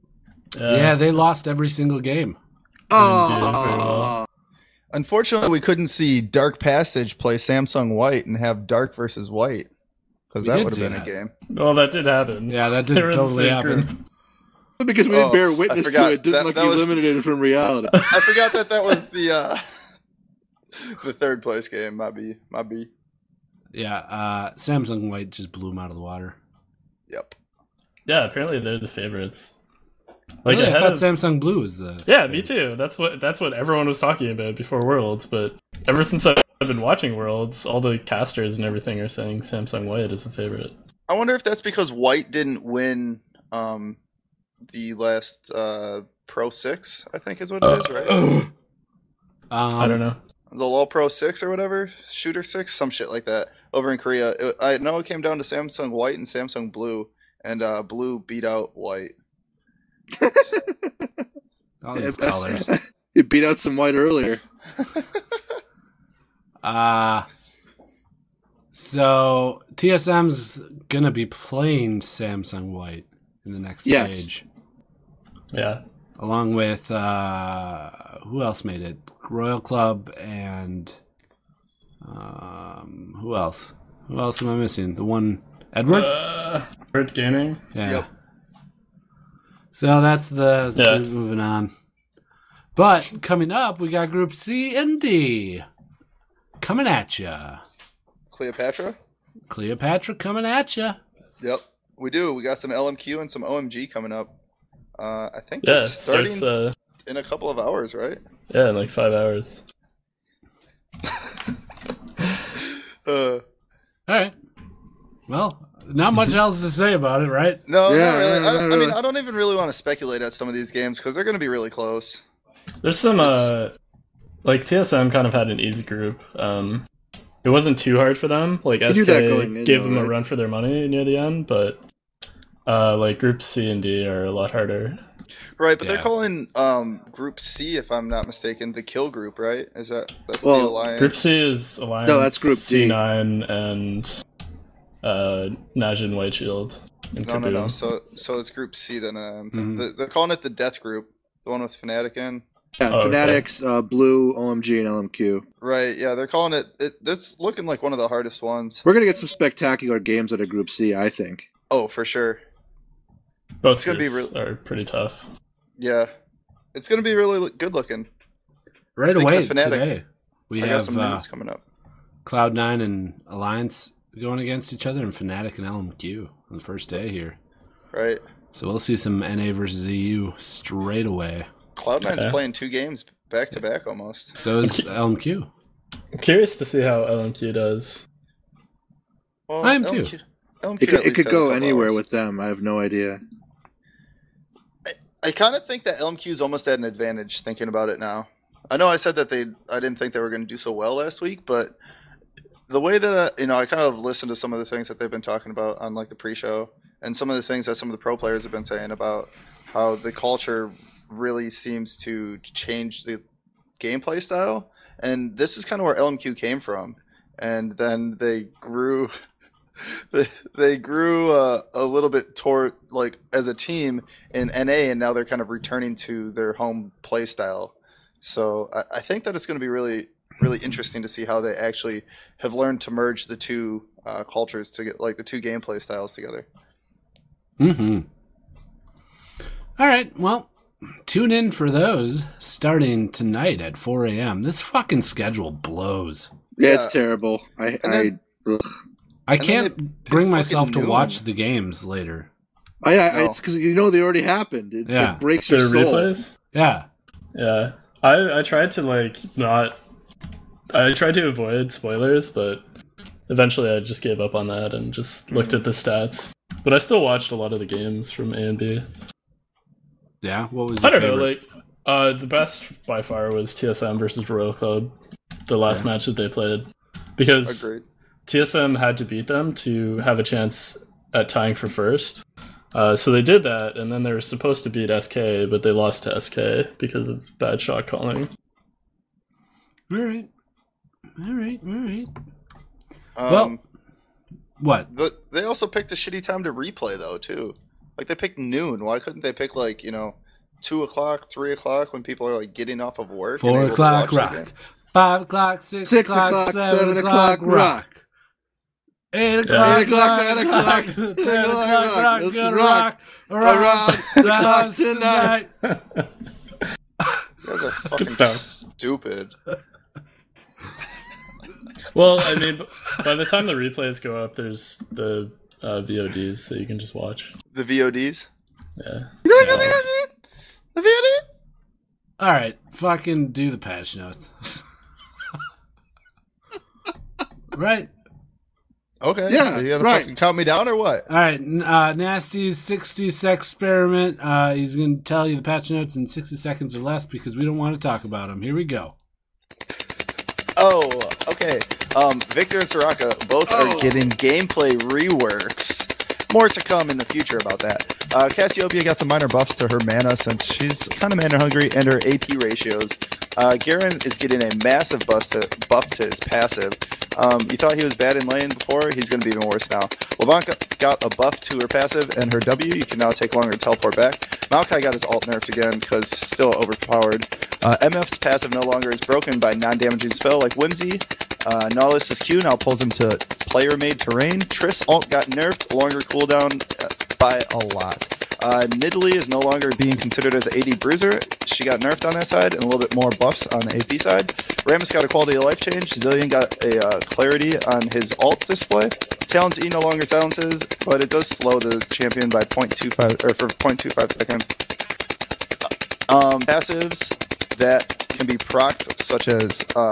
Speaker 3: Uh,
Speaker 6: yeah, they lost every single game.
Speaker 2: Oh,
Speaker 7: Unfortunately, we couldn't see Dark Passage play Samsung White and have Dark versus White because
Speaker 6: We
Speaker 7: that
Speaker 6: did
Speaker 7: would have
Speaker 6: see
Speaker 7: been
Speaker 6: that.
Speaker 7: a game.
Speaker 3: Well, that did happen.
Speaker 6: Yeah, that
Speaker 3: They
Speaker 6: didn't
Speaker 3: were in the
Speaker 6: totally
Speaker 3: same
Speaker 6: happen.
Speaker 3: group.
Speaker 2: because we didn't
Speaker 4: Oh,
Speaker 2: bear
Speaker 4: I
Speaker 2: witness
Speaker 4: forgot.
Speaker 2: to it, didn't
Speaker 4: That-
Speaker 2: like
Speaker 4: that was-
Speaker 2: eliminated from reality.
Speaker 4: I forgot that that was the uh, the third place game. Might be, might be.
Speaker 6: Yeah, uh, Samsung White just blew them out of the water.
Speaker 4: Yep.
Speaker 3: Yeah, apparently they're the favorites. Like
Speaker 6: Like really, I
Speaker 3: ahead
Speaker 6: thought
Speaker 3: of-
Speaker 6: Samsung Blue was the
Speaker 3: Yeah, me too. That's what that's what everyone was talking about before Worlds, but ever since I've been watching Worlds, all the casters and everything are saying Samsung White is the favorite.
Speaker 4: I wonder if that's because White didn't win um, the last uh, Pro Six. I think is what it is, right?
Speaker 6: Um,
Speaker 3: I don't know.
Speaker 4: the LoL Pro 6 or whatever, Shooter 6, some shit like that, over in Korea. It- I know it came down to Samsung White and Samsung Blue, and uh, Blue beat out White.
Speaker 6: All these colors.
Speaker 2: you beat out some white earlier.
Speaker 6: Uh so TSM's gonna be playing Samsung White in the next
Speaker 2: Yes.
Speaker 6: stage,
Speaker 3: Yeah.
Speaker 6: along with uh, who else made it? Royal Club and um, who else? Who else am I missing? The one Edward.
Speaker 3: Uh, Bird Gaming.
Speaker 6: yeah.
Speaker 4: yep.
Speaker 6: So that's the
Speaker 3: Yeah.
Speaker 6: we're moving on. But coming up, we got Group C and D coming at ya.
Speaker 4: Cleopatra?
Speaker 6: Cleopatra coming at ya.
Speaker 4: Yep. We do. We got some LMQ and some OMG coming up. Uh, I think
Speaker 3: Yeah, it
Speaker 4: that's starting
Speaker 3: starts uh
Speaker 4: in a couple of hours, right?
Speaker 3: yeah, in like five hours.
Speaker 4: Uh,
Speaker 6: All right. Well, not much else to say about it, right?
Speaker 4: no,
Speaker 2: Yeah,
Speaker 4: not really.
Speaker 2: yeah,
Speaker 4: I, don't-
Speaker 2: not
Speaker 4: I mean,
Speaker 2: really.
Speaker 4: I don't even really want to speculate at some of these games because they're going to be really close.
Speaker 3: There's some uh like TSM kind of had an easy group. Um it wasn't too hard for them. Like
Speaker 2: knew
Speaker 3: SK
Speaker 2: that going in,
Speaker 3: gave
Speaker 2: though,
Speaker 3: them a
Speaker 2: right?
Speaker 3: run for their money near the end, but uh like group C and D are a lot harder.
Speaker 4: Right, but
Speaker 6: Yeah.
Speaker 4: they're calling um, Group C, if I'm not mistaken, the kill group, right? Is that that's the
Speaker 2: Well,
Speaker 4: alliance?
Speaker 3: Group C is Alliance.
Speaker 2: No, that's Group D.
Speaker 3: C9 and uh, Najin White Shield. And
Speaker 4: No, no, no.
Speaker 3: Kaboom.
Speaker 4: So, so it's Group C then. Um,
Speaker 2: Mm-hmm.
Speaker 6: Mhm.
Speaker 4: the, they're calling it the Death Group, the one with Fnatic in.
Speaker 2: Yeah,
Speaker 3: Oh, okay.
Speaker 2: Fanatics, uh, Blue, OMG, and LMQ.
Speaker 4: Right? Yeah, they're calling it, it. That's looking like one of the hardest ones.
Speaker 2: We're gonna get some spectacular games out of Group C, I think.
Speaker 4: Oh, for sure.
Speaker 3: Both
Speaker 4: it's gonna be
Speaker 3: groups are pretty tough.
Speaker 4: Yeah, it's gonna be really look- good looking.
Speaker 6: Right
Speaker 4: Speaking
Speaker 6: away
Speaker 4: of Fnatic,
Speaker 6: today, we
Speaker 4: I got
Speaker 6: have
Speaker 4: some
Speaker 6: uh,
Speaker 4: news coming up.
Speaker 6: Cloud Nine and Alliance going against each other, and Fnatic and LMQ on the first day here.
Speaker 4: Right?
Speaker 6: So we'll see some NA versus EU straight away.
Speaker 4: Cloud9's
Speaker 3: Okay.
Speaker 4: playing two games back to back almost.
Speaker 6: So is LMQ.
Speaker 3: I'm curious to see how LMQ does.
Speaker 4: Well,
Speaker 6: I am
Speaker 4: LMQ
Speaker 6: too.
Speaker 4: LMQ
Speaker 2: It could,
Speaker 4: at
Speaker 2: it
Speaker 4: least
Speaker 2: could
Speaker 4: has a
Speaker 2: go
Speaker 4: couple
Speaker 2: anywhere
Speaker 4: hours.
Speaker 2: with them. I have no idea.
Speaker 4: I kind of think that LMQ's almost at an advantage thinking about it now. I know I said that they I didn't think they were going to do so well last week, but the way that uh, you know, I kind of listened to some of the things that they've been talking about on like the pre-show and some of the things that some of the pro players have been saying about how the culture really seems to change the gameplay style and this is kind of where LMQ came from and then they grew they, they grew uh, a little bit toward like as a team in NA, and now they're kind of returning to their home play style. So I, I think that it's going to be really, really interesting to see how they actually have learned to merge the two uh, cultures to get like the two gameplay styles together.
Speaker 6: Mm-hmm. All right. Well, tune in for those starting tonight at 4 a.m. This fucking schedule blows.
Speaker 2: Yeah,
Speaker 4: Yeah.
Speaker 2: it's terrible. I,
Speaker 4: And then-
Speaker 2: I, ugh.
Speaker 6: I
Speaker 4: And then
Speaker 6: can't bring myself to
Speaker 4: fucking
Speaker 6: watch
Speaker 4: noon.
Speaker 6: the games later.
Speaker 2: I, I
Speaker 4: No.
Speaker 2: it's because you know they already happened. It,
Speaker 6: Yeah.
Speaker 2: it breaks
Speaker 3: The
Speaker 2: your soul.
Speaker 3: replays?
Speaker 6: Yeah.
Speaker 3: Yeah. I I tried to like not. I tried to avoid spoilers, but eventually I just gave up on that and just looked at the stats. But I still watched a lot of the games from A and B.
Speaker 6: Yeah, what was
Speaker 3: I
Speaker 6: your
Speaker 3: don't
Speaker 6: favorite?
Speaker 3: know, like uh, the best by far was TSM versus Royal Club, the last match that they played, because
Speaker 4: Agreed.
Speaker 3: TSM had to beat them to have a chance at tying for first. Uh, so they did that, and then they were supposed to beat SK, but they lost to SK because of bad shot calling.
Speaker 6: all right, all right, all right.
Speaker 4: Um,
Speaker 6: Well- What?
Speaker 4: the, they also picked a shitty time to replay though too. Like they picked noon. Why couldn't they pick like you know two o'clock, three o'clock when people are like getting off of work? and
Speaker 6: Four
Speaker 4: able to
Speaker 6: o'clock
Speaker 4: watch the
Speaker 6: rock.
Speaker 4: game?
Speaker 6: Five o'clock, six,
Speaker 2: Six
Speaker 6: o'clock, seven, o'clock, rock. Eight o'clock,
Speaker 2: Eight o'clock,
Speaker 6: rock,
Speaker 2: nine o'clock,
Speaker 6: rock,
Speaker 2: ten
Speaker 6: ten o'clock, rock,
Speaker 2: o'clock, rock. Let's
Speaker 6: gonna rock,
Speaker 2: rock
Speaker 6: around the
Speaker 2: the clock
Speaker 6: house
Speaker 2: tonight.
Speaker 6: tonight.
Speaker 4: You guys are fucking
Speaker 3: stuff.
Speaker 4: stupid.
Speaker 3: Well, I mean, b- by the time the replays go up, there's the uh, VODs that you can just watch.
Speaker 4: The VODs.
Speaker 3: Yeah.
Speaker 4: The VOD.
Speaker 6: All right, fucking do the patch notes. right.
Speaker 7: Okay.
Speaker 2: Yeah,
Speaker 7: You gotta
Speaker 2: right.
Speaker 7: fucking count me down or what?
Speaker 6: All right. n- Uh, Nasty's 60 sex experiment. Uh, he's going to tell you the patch notes in 60 seconds or less because we don't want to talk about him. Here we go.
Speaker 4: Oh, okay. Um, Victor and Soraka both
Speaker 2: Oh.
Speaker 4: are getting gameplay reworks. More to come in the future about that.
Speaker 7: Uh, Cassiopeia got some minor buffs to her mana since she's kind of mana hungry and her
Speaker 4: Her AP ratios. Uh, Garen is getting a massive buff to, buff to his passive. Um, you thought he was bad in lane before? He's going to be even worse now. LeBlanc got a buff to her passive and her W. You can now take longer to teleport back. Maokai got his alt nerfed again because still overpowered. Uh, MF's passive no longer is broken by non-damaging spell like Whimsy. Uh, Nautilus' Q now pulls him to player-made terrain. Triss alt got nerfed, longer cooldown uh, by a lot. Uh, Nidalee is no longer being considered as AD bruiser. She got nerfed on that side and a little bit more buffs on the AP side. Ramus got a quality of life change. Zillion got a uh, clarity on his alt display. Talents E no longer silences, but it does slow the champion by 0.25 or for 0.25 seconds. Um, passives that can be procced, such as uh,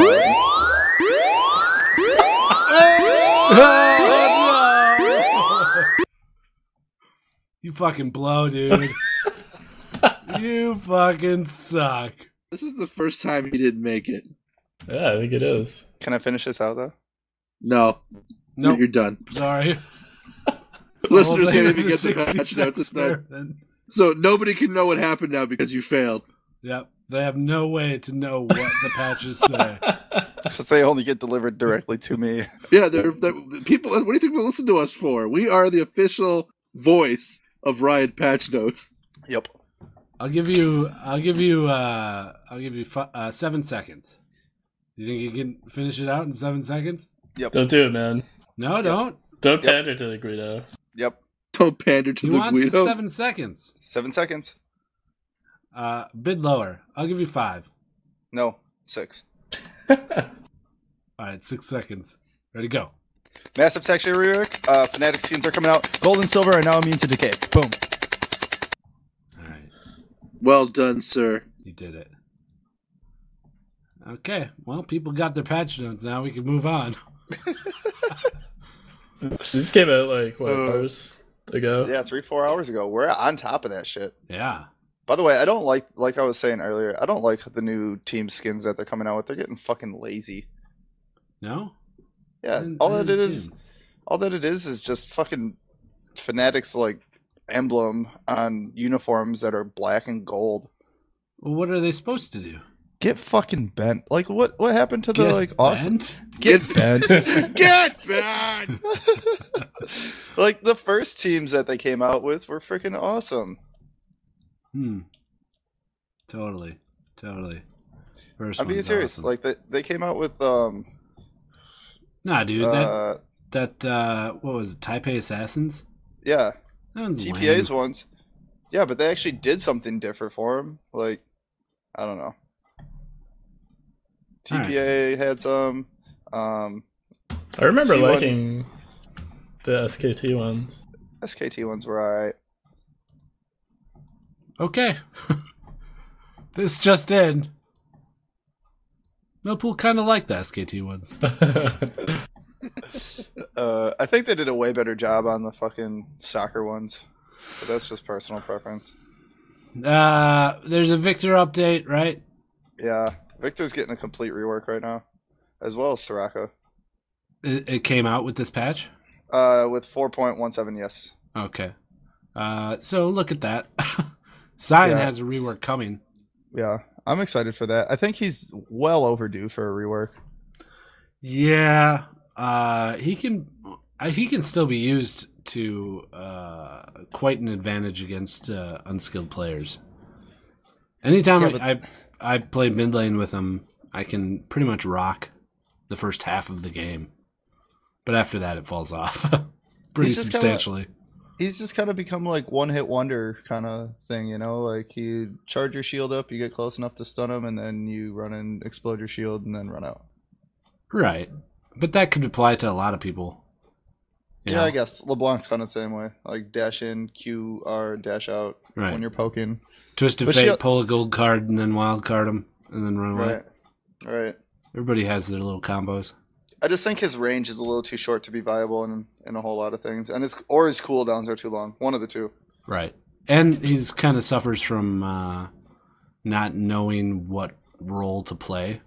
Speaker 6: You fucking blow, dude. you fucking suck.
Speaker 2: This is the first time he didn't make it.
Speaker 3: Yeah, I think it is.
Speaker 4: Can I finish this out though?
Speaker 2: No,
Speaker 6: Nope.
Speaker 2: you're done.
Speaker 6: Sorry. Whole
Speaker 2: Listeners
Speaker 6: thing
Speaker 2: can't
Speaker 6: of
Speaker 2: even get the
Speaker 6: 60
Speaker 2: patch notes. It's not,
Speaker 6: experiment.
Speaker 2: so nobody can know what happened now because you failed.
Speaker 6: Yep. They have no way to know what the patches say.
Speaker 4: Because they only get delivered directly to me.
Speaker 2: Yeah, they're, they're people. What do you think they listen to us for? We are the official voice of Riot Patch Notes.
Speaker 4: Yep.
Speaker 6: I'll give you. I'll give you. uh I'll give you fi- uh, seven seconds. You think you can finish it out in seven seconds?
Speaker 3: Don't do it, man.
Speaker 6: No, don't.
Speaker 3: Don't
Speaker 4: Yep.
Speaker 3: pander to the Guido.
Speaker 4: Yep.
Speaker 2: Don't pander to
Speaker 6: He
Speaker 2: the
Speaker 6: wants
Speaker 2: Guido.
Speaker 6: seven seconds.
Speaker 4: Seven seconds.
Speaker 6: Uh, bid lower. I'll give you five.
Speaker 4: No. Six.
Speaker 6: All right, six seconds. Ready, go.
Speaker 4: Massive texture rework. Uh, Fnatic skins are coming out.
Speaker 7: gold and silver are now immune to decay. Boom.
Speaker 6: All right,
Speaker 2: Well done, sir.
Speaker 6: you did it. Okay. Well, people got their patch notes. Now we can move on.
Speaker 3: This came out like what
Speaker 4: Uh,
Speaker 3: hours ago?
Speaker 4: Yeah, three four hours ago. We're on top of that shit.
Speaker 6: Yeah.
Speaker 4: By the way, I don't like like I was saying earlier. I don't like the new team skins that they're coming out with. They're getting fucking lazy.
Speaker 6: No. I
Speaker 4: Yeah.
Speaker 6: didn't-
Speaker 4: All
Speaker 6: I
Speaker 4: that it
Speaker 6: didn't see
Speaker 4: is.
Speaker 6: him.
Speaker 4: All that it is is just fucking Fnatic's like emblem on uniforms that are black and gold.
Speaker 6: Well, what are they supposed to do?
Speaker 7: Get fucking bent. Like what? What happened to the
Speaker 6: Get
Speaker 7: like awesome?
Speaker 6: bent?
Speaker 7: Get bent.
Speaker 2: Get bad.
Speaker 4: like the first teams that they came out with were freaking awesome.
Speaker 6: Hmm. Totally. Totally. First
Speaker 4: I'm being
Speaker 6: one's
Speaker 4: serious.
Speaker 6: awesome.
Speaker 4: Like they, they came out with um
Speaker 6: nah, dude.
Speaker 4: uh
Speaker 6: that that uh, what was it? Taipei Assassins.
Speaker 4: yeah
Speaker 6: That one's
Speaker 4: TPA's
Speaker 6: lame.
Speaker 4: ones. Yeah, but they actually did something different for them. Like I don't know.
Speaker 6: All right.
Speaker 4: TPA had some. Um,
Speaker 3: I remember
Speaker 4: See what-
Speaker 3: liking the SKT ones.
Speaker 4: SKT ones were alright.
Speaker 6: Okay. this just in. Millpool kind of liked the SKT ones.
Speaker 4: Uh, I think they did a way better job on the fucking soccer ones, but that's just personal preference.
Speaker 6: Uh, there's a Victor update, right?
Speaker 4: Yeah, Victor's getting a complete rework right now, as well as Soraka,
Speaker 6: It, it came out with this patch.
Speaker 4: uh, with 4.17. Yes,
Speaker 6: Okay. Uh, so look at that. Cyan
Speaker 4: Yeah.
Speaker 6: has a rework coming.
Speaker 4: yeah, I'm excited for that. I think he's well overdue for a rework.
Speaker 6: Yeah. Uh, he can. I, he can still be used to uh, quite an advantage against uh, unskilled players. Anytime
Speaker 4: Yeah,
Speaker 6: I, I I play mid lane with him, I can pretty much rock the first half of the game, but after that it falls off pretty
Speaker 4: He's just kinda-
Speaker 6: substantially.
Speaker 4: He's just kind of become like one hit wonder kind of thing, you know? Like you charge your shield up, you get close enough to stun him, and then you run and explode your shield, and then run out.
Speaker 6: Right, but that could apply to a lot of people. you
Speaker 4: Yeah,
Speaker 6: know?
Speaker 4: I guess LeBlanc's kind of the same way. Like dash in, Q, R, dash out
Speaker 6: Right.
Speaker 4: when you're poking.
Speaker 6: Twist of
Speaker 4: But
Speaker 6: fate,
Speaker 4: she'll-
Speaker 6: pull a gold card, and then wild card him, and then run away.
Speaker 4: Right. Right.
Speaker 6: Everybody has their little combos.
Speaker 4: I just think his range is a little too short to be viable in, in a whole lot of things. And his or his cooldowns are too long. One of the two.
Speaker 6: Right, and he's kind of suffers from uh, not knowing what role to play.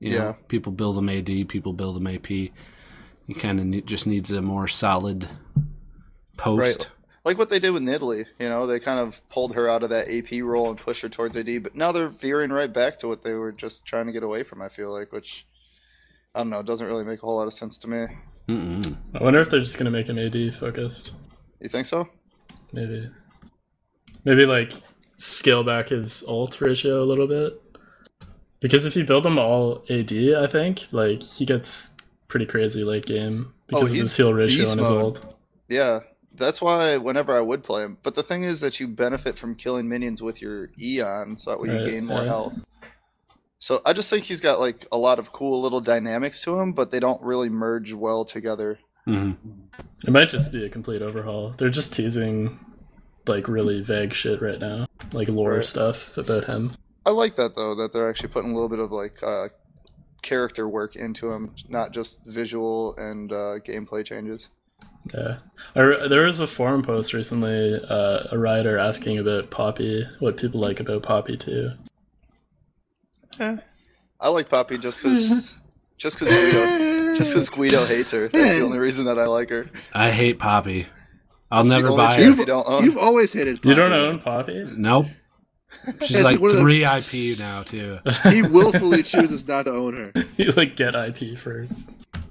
Speaker 6: You know,
Speaker 4: Yeah.
Speaker 6: people build him AD, people build him AP. He kind of ne- just needs a more solid post.
Speaker 4: Like what they did with Nidalee, you know, they kind of pulled her out of that AP role and pushed her towards AD, but now they're veering right back to what they were just trying to get away from, I feel like, which I don't know, doesn't really make a whole lot of sense to me.
Speaker 6: Mm-mm.
Speaker 3: I wonder if they're just gonna make him AD focused.
Speaker 4: You think so?
Speaker 3: Maybe. Maybe like scale back his ult ratio a little bit. Because if you build him all AD, I think, like he gets pretty crazy late game because of
Speaker 4: Oh, he's
Speaker 3: his heal ratio
Speaker 4: beast
Speaker 3: and his
Speaker 4: mode.
Speaker 3: ult.
Speaker 4: Yeah, that's why whenever I would play him. But the thing is that you benefit from killing minions with your Eon, so that way you
Speaker 3: Right,
Speaker 4: gain more
Speaker 3: right.
Speaker 4: health. So I just think he's got like a lot of cool little dynamics to him, but they don't really merge well together.
Speaker 6: Mhm.
Speaker 3: It might just be a complete overhaul. They're just teasing like really vague shit right now, like lore
Speaker 4: Right.
Speaker 3: stuff about him.
Speaker 4: I like that though, that they're actually putting a little bit of like uh, character work into him, not just visual and uh, gameplay changes.
Speaker 3: Yeah. I re- there was a forum post recently, uh, a writer asking about Poppy, what people like about Poppy too.
Speaker 4: I like Poppy just because, just because Guido, just 'cause Guido hates her. That's the only reason that I like her.
Speaker 6: I hate Poppy. I'll
Speaker 4: It's the
Speaker 6: never
Speaker 4: only
Speaker 6: buy
Speaker 4: chance
Speaker 6: it.
Speaker 4: you don't own.
Speaker 2: You've always hated.
Speaker 3: You don't
Speaker 2: Poppy.
Speaker 3: own Poppy?
Speaker 6: Nope. She's
Speaker 2: It's
Speaker 6: like
Speaker 2: one of the-
Speaker 6: three IP now too.
Speaker 2: He willfully chooses not to own her.
Speaker 3: you like get IP for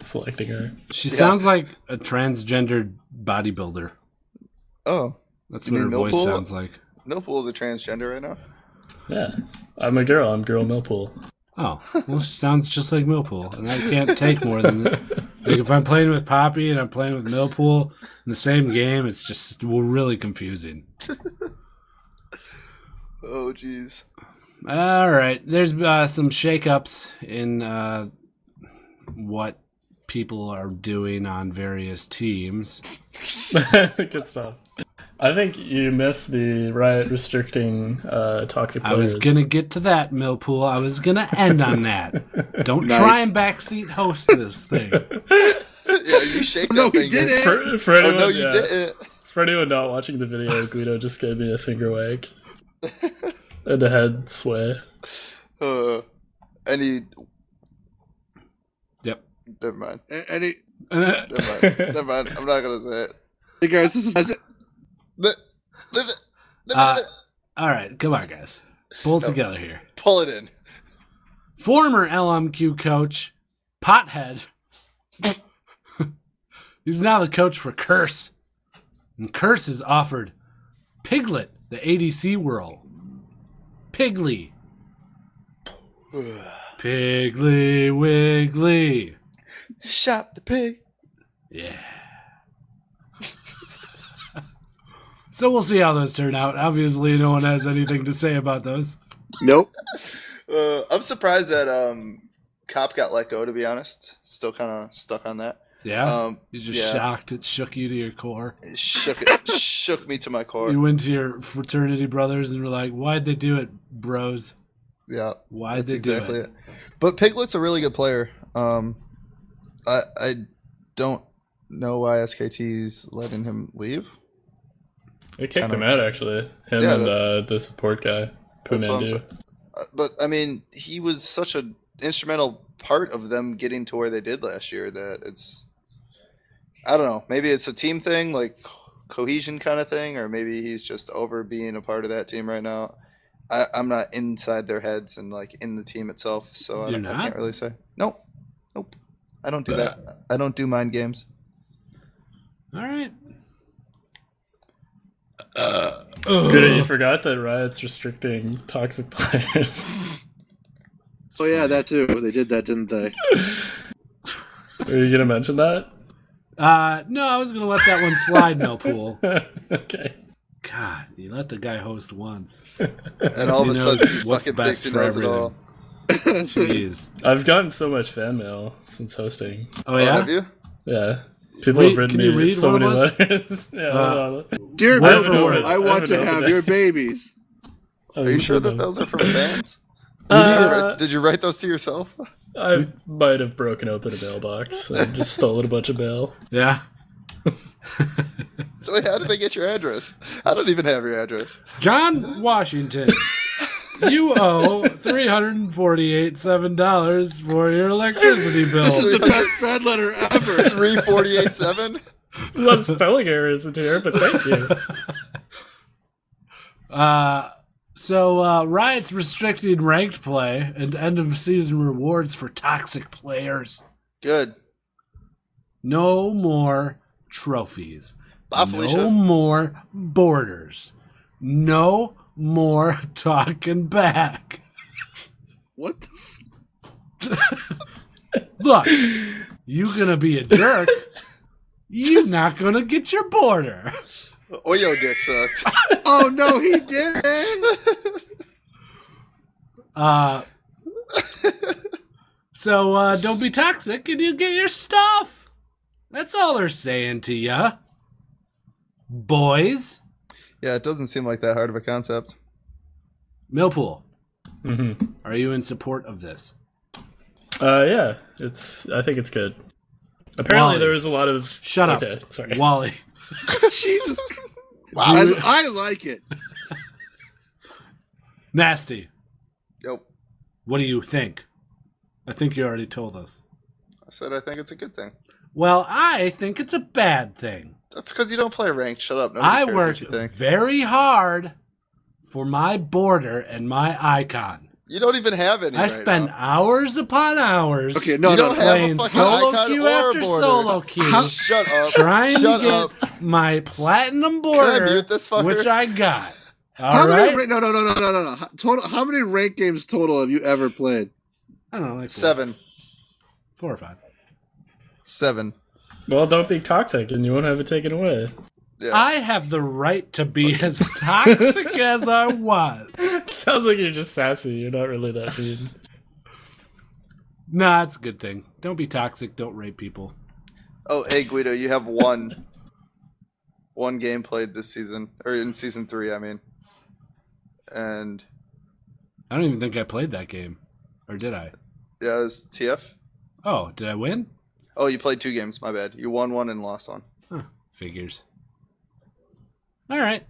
Speaker 3: selecting her.
Speaker 6: She sounds like a transgendered bodybuilder.
Speaker 4: Oh,
Speaker 6: That's
Speaker 4: You
Speaker 6: what her
Speaker 4: mean
Speaker 6: voice
Speaker 4: Millpool?
Speaker 6: sounds like.
Speaker 4: Millpool is a transgender right now.
Speaker 3: Yeah. I'm a girl, I'm girl Millpool.
Speaker 6: Oh, well, she sounds just like Millpool, and I can't take more than that. Like if I'm playing with Poppy and I'm playing with Millpool in the same game, it's just really confusing.
Speaker 4: Oh, jeez.
Speaker 6: All right, there's uh, some shakeups in uh, what people are doing on various teams.
Speaker 3: Good stuff. I think you missed the riot restricting uh, toxic
Speaker 6: I was
Speaker 3: players.
Speaker 6: gonna get to that, Millpool. I was gonna end on that. Don't try and backseat host this thing.
Speaker 4: Yeah, you shake that
Speaker 2: No, he
Speaker 4: thing.
Speaker 2: did it.
Speaker 3: For, for
Speaker 4: Oh
Speaker 3: anyone,
Speaker 4: no, you
Speaker 3: yeah,
Speaker 4: didn't.
Speaker 3: For anyone not watching the video, Guido just gave me a finger wag and a head sway.
Speaker 4: Uh, and he.
Speaker 6: Yep.
Speaker 4: Never mind.
Speaker 2: And, and he,
Speaker 4: Never mind. never mind. I'm not gonna say it.
Speaker 2: hey guys, this is
Speaker 4: Bleh. Bleh. Bleh.
Speaker 6: Uh, all right, come on, guys, pull together here.
Speaker 4: Pull it in.
Speaker 6: former LMQ coach, Pothead. He's now the coach for Curse. And Curse has offered Piglet the ADC role. Pigly. Pigly Wiggly.
Speaker 4: Shop the pig.
Speaker 6: Yeah. so we'll see how those turn out. Obviously, no one has anything to say about those.
Speaker 2: nope.
Speaker 4: Uh, I'm surprised that um, cop got let go. To be honest, still kind of stuck on that.
Speaker 6: Yeah.
Speaker 4: Um,
Speaker 6: He's just
Speaker 4: yeah.
Speaker 6: shocked. It shook you to your core.
Speaker 4: it shook it, shook me to my core.
Speaker 6: You went to your fraternity brothers and were like, "Why'd they do it, bros?"
Speaker 4: Yeah,
Speaker 6: Why
Speaker 4: that's
Speaker 6: did
Speaker 4: exactly
Speaker 6: do
Speaker 4: it.
Speaker 6: it?
Speaker 4: But Piglet's a really good player. Um, I I don't know why SKT's letting him leave.
Speaker 3: We kicked
Speaker 4: Kind
Speaker 3: him
Speaker 4: of-
Speaker 3: out actually. Him
Speaker 4: Yeah,
Speaker 3: and uh, the support guy,
Speaker 4: That's what I'm
Speaker 3: Pumandu.
Speaker 4: Uh, But I mean, he was such an instrumental part of them getting to where they did last year that it's I don't know. Maybe it's a team thing, like cohesion kind of thing, or maybe he's just over being a part of that team right now. I, I'm not inside their heads and like in the team itself, so I,
Speaker 6: You're
Speaker 4: don't- I can't
Speaker 6: not?
Speaker 4: really say. Nope, nope. I don't do that. I don't do mind games.
Speaker 6: All right.
Speaker 3: Good, you forgot that riots restricting toxic players.
Speaker 2: Oh yeah, that too. They did that, didn't they?
Speaker 3: Are you gonna mention that?
Speaker 6: Uh, no, I was gonna let that one slide, Millpool.
Speaker 3: okay.
Speaker 6: God, you let the guy host once.
Speaker 4: And all of
Speaker 6: He
Speaker 4: a sudden,
Speaker 6: knows
Speaker 4: he
Speaker 6: what's
Speaker 4: fucking
Speaker 6: best
Speaker 4: thinks he
Speaker 6: for
Speaker 4: knows it all.
Speaker 6: Jeez.
Speaker 3: I've gotten so much fan mail since hosting.
Speaker 6: Oh
Speaker 4: Oh,
Speaker 6: yeah.
Speaker 4: have you?
Speaker 3: Yeah. People
Speaker 6: Wait,
Speaker 3: have written
Speaker 6: can you
Speaker 3: me
Speaker 6: read
Speaker 3: so
Speaker 6: one
Speaker 3: many
Speaker 6: of us?
Speaker 3: letters. yeah,
Speaker 6: Uh,
Speaker 3: hold on.
Speaker 2: Dear
Speaker 3: Word for
Speaker 2: Governor,
Speaker 3: word.
Speaker 2: I
Speaker 3: I
Speaker 2: want
Speaker 3: haven't
Speaker 2: to
Speaker 3: opened
Speaker 2: have
Speaker 3: it.
Speaker 2: your babies.
Speaker 4: Are you sure that those are from fans?
Speaker 3: Uh,
Speaker 4: Did you write those to yourself?
Speaker 3: I might have broken open a mailbox and just stolen a bunch of mail.
Speaker 6: Yeah.
Speaker 4: Wait, how did they get your address? I don't even have your address.
Speaker 6: John Washington, you owe three hundred and forty-eight seven dollars for your electricity
Speaker 2: This is
Speaker 6: bill.
Speaker 2: the best bad letter ever.
Speaker 4: Three forty eight seven.
Speaker 3: There's a lot of spelling errors in here, but thank you.
Speaker 6: Uh, so uh, riots restricting ranked play and end of season rewards for toxic players.
Speaker 4: Good.
Speaker 6: No more trophies. No
Speaker 4: Bye, Felicia.
Speaker 6: more borders. No more talking back.
Speaker 2: What? The f-
Speaker 6: Look, you gonna be a jerk. you not gonna get your border.
Speaker 4: Or your dick sucked.
Speaker 2: oh no, he did.
Speaker 6: Uh, so uh, don't be toxic and you get your stuff. That's all they're saying to ya, boys.
Speaker 4: Yeah, it doesn't seem like that hard of a concept.
Speaker 6: Millpool,
Speaker 3: hmm
Speaker 6: are you in support of this?
Speaker 3: Uh, yeah, it's. I think it's good. Apparently,
Speaker 6: Wally.
Speaker 3: there was a lot of.
Speaker 6: Shut up.
Speaker 3: okay, Sorry.
Speaker 6: Wally,
Speaker 2: Jesus. I, I like it.
Speaker 6: nasty.
Speaker 4: Nope.
Speaker 6: What do you think? I think you already told us.
Speaker 4: I said I think it's a good thing.
Speaker 6: Well, I think it's a bad thing.
Speaker 4: That's because you don't play ranked. Shut up. Nobody
Speaker 6: I
Speaker 4: cares
Speaker 6: worked
Speaker 4: what you think.
Speaker 6: very hard for my border and my icon.
Speaker 4: You don't even have any.
Speaker 6: I
Speaker 4: right
Speaker 6: spend
Speaker 4: now.
Speaker 6: hours upon hours
Speaker 2: Okay, no, no.
Speaker 4: You don't
Speaker 2: no.
Speaker 4: have a
Speaker 6: playing
Speaker 4: fucking
Speaker 6: solo
Speaker 4: icon
Speaker 6: queue
Speaker 4: or a
Speaker 6: after
Speaker 4: border.
Speaker 6: solo queue,
Speaker 4: Shut up.
Speaker 6: trying
Speaker 4: Shut
Speaker 6: to get
Speaker 4: up.
Speaker 6: my platinum
Speaker 4: Can I
Speaker 6: border,
Speaker 4: mute this fucker?
Speaker 6: which I got.
Speaker 2: How
Speaker 6: All
Speaker 2: many?
Speaker 6: right,
Speaker 2: ra- No, no, no, no, no, no, no. How- Total. How many rank games total have you ever played?
Speaker 6: I don't know, like
Speaker 4: Seven.
Speaker 6: four, four or five.
Speaker 4: Seven.
Speaker 3: Well, don't be toxic, and you won't have it taken away.
Speaker 4: Yeah.
Speaker 6: I have the right to be as toxic as I was.
Speaker 3: Sounds like you're just sassy. You're not really that mean.
Speaker 6: Nah, it's a good thing. Don't be toxic. Don't rape people.
Speaker 4: Oh, hey Guido, you have one, one game played this season, or in season three, I mean. And
Speaker 6: I don't even think I played that game, or did I?
Speaker 4: yeah, it was TF.
Speaker 6: Oh, did I win?
Speaker 4: Oh, you played two games. My bad. You won one and lost one,
Speaker 6: Huh, figures. All right.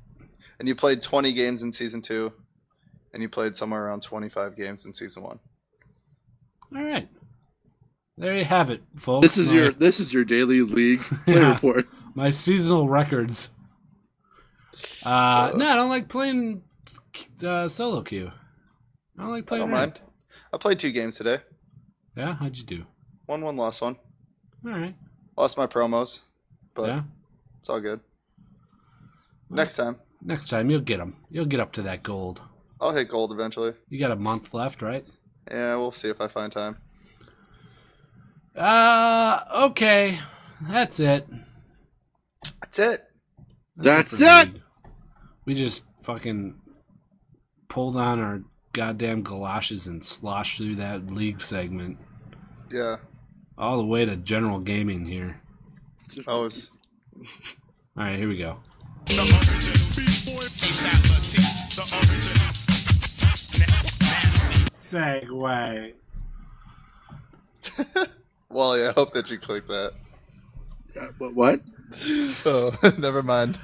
Speaker 4: and you played twenty games in season two, and you played somewhere around twenty-five games in season one.
Speaker 6: All right. There you have it, folks.
Speaker 2: This is
Speaker 6: My-
Speaker 2: your. This is your daily league play
Speaker 6: Yeah.
Speaker 2: report.
Speaker 6: my seasonal records. Uh, no, I don't like playing uh, solo queue. I don't like
Speaker 4: I
Speaker 6: playing.
Speaker 4: don't
Speaker 6: ranked.
Speaker 4: mind. I played two games today.
Speaker 6: Yeah, how'd you do?
Speaker 4: Won one, lost one.
Speaker 6: All right.
Speaker 4: Lost my promos, but
Speaker 6: yeah.
Speaker 4: it's all good. Next time,
Speaker 6: Next time you'll get them. You'll get up to that gold.
Speaker 4: I'll hit gold eventually.
Speaker 6: You got a month left, right?
Speaker 4: Yeah, we'll see if I find time.
Speaker 6: Uh, okay. That's it.
Speaker 4: That's it.
Speaker 2: That's
Speaker 6: for
Speaker 2: it.
Speaker 6: me. We just fucking pulled on our goddamn galoshes and sloshed through that league segment
Speaker 4: Yeah,
Speaker 6: all the way to general gaming here.
Speaker 4: I was.
Speaker 6: All right, here we go.
Speaker 8: segue.
Speaker 4: Wally, I hope that you click that.
Speaker 2: Uh, What? what?
Speaker 4: Oh, never mind.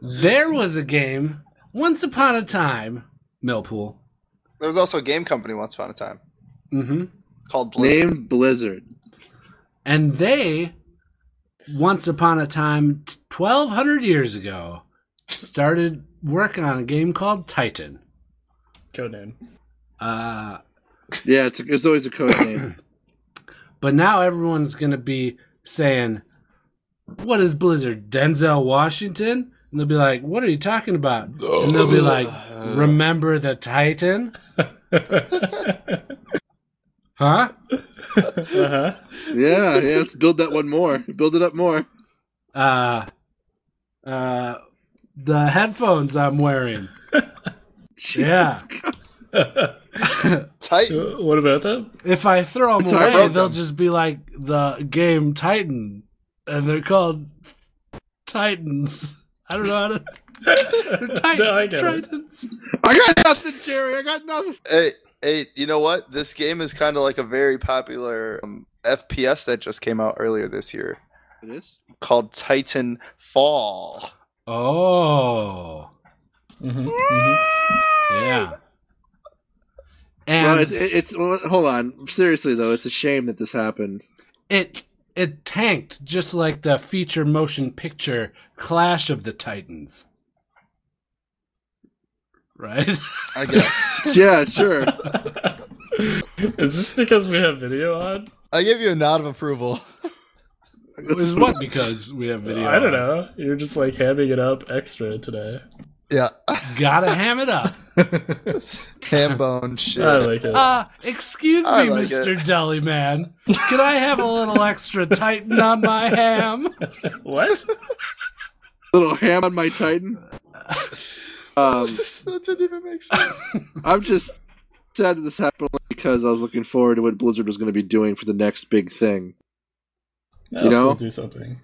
Speaker 6: There was a game once upon a time, Millpool.
Speaker 4: There was also a game company once upon a time
Speaker 6: Mm-hmm.
Speaker 4: called Blizzard.
Speaker 2: Name Blizzard.
Speaker 6: And they, once upon a time, t- 1,200 years ago, started working on a game called Titan.
Speaker 3: Code name.
Speaker 6: Uh,
Speaker 2: Yeah, it's, it's always a code name.
Speaker 6: but now everyone's going to be saying, What is Blizzard? Denzel Washington? And they'll be like, What are you talking about? And they'll be like, Remember the Titan?
Speaker 3: uh-huh.
Speaker 6: Huh?
Speaker 2: yeah, yeah. Let's build that one more. Build it up more.
Speaker 6: Uh, uh, the headphones I'm wearing. Yeah.
Speaker 2: Jesus Christ.
Speaker 4: Titan.
Speaker 3: what about that?
Speaker 6: If I throw them
Speaker 2: It's all
Speaker 6: away,
Speaker 2: right.
Speaker 6: they'll just be like the game Titan, and they're called Titans. I don't know how to. They're Titan,
Speaker 3: no, I get it.
Speaker 6: Titans.
Speaker 2: I got nothing, Jerry. I got nothing.
Speaker 4: Hey, hey, you know what? This game is kind of like a very popular um, FPS that just came out earlier this year
Speaker 2: It is.
Speaker 4: called Titan Fall.
Speaker 6: Oh,
Speaker 3: Mhm, mhm.
Speaker 6: yeah.
Speaker 2: Well, it's,
Speaker 6: And
Speaker 2: it's well, hold on. Seriously though, it's a shame that this happened.
Speaker 6: it it tanked just like the feature motion picture Clash of the Titans. Right?
Speaker 4: I guess.
Speaker 2: Yeah, sure.
Speaker 3: Is this because we have video on?
Speaker 4: I give you a nod of approval.
Speaker 6: It was what because we have video.
Speaker 3: I don't
Speaker 6: on.
Speaker 3: know. You're just like hamming it up extra today.
Speaker 4: Yeah.
Speaker 6: Gotta ham it up.
Speaker 4: Ham bone shit.
Speaker 3: I like it.
Speaker 6: Uh, excuse
Speaker 4: I
Speaker 6: me,
Speaker 4: like
Speaker 6: Mr. Deli Man. Can I have a little extra Titan on my ham?
Speaker 3: what?
Speaker 2: Little ham on my Titan. Um,
Speaker 4: that didn't even make sense.
Speaker 2: I'm just sad that this happened only because I was looking forward to what Blizzard was going to be doing for the next big thing.
Speaker 3: I'll
Speaker 2: know?
Speaker 3: still do something.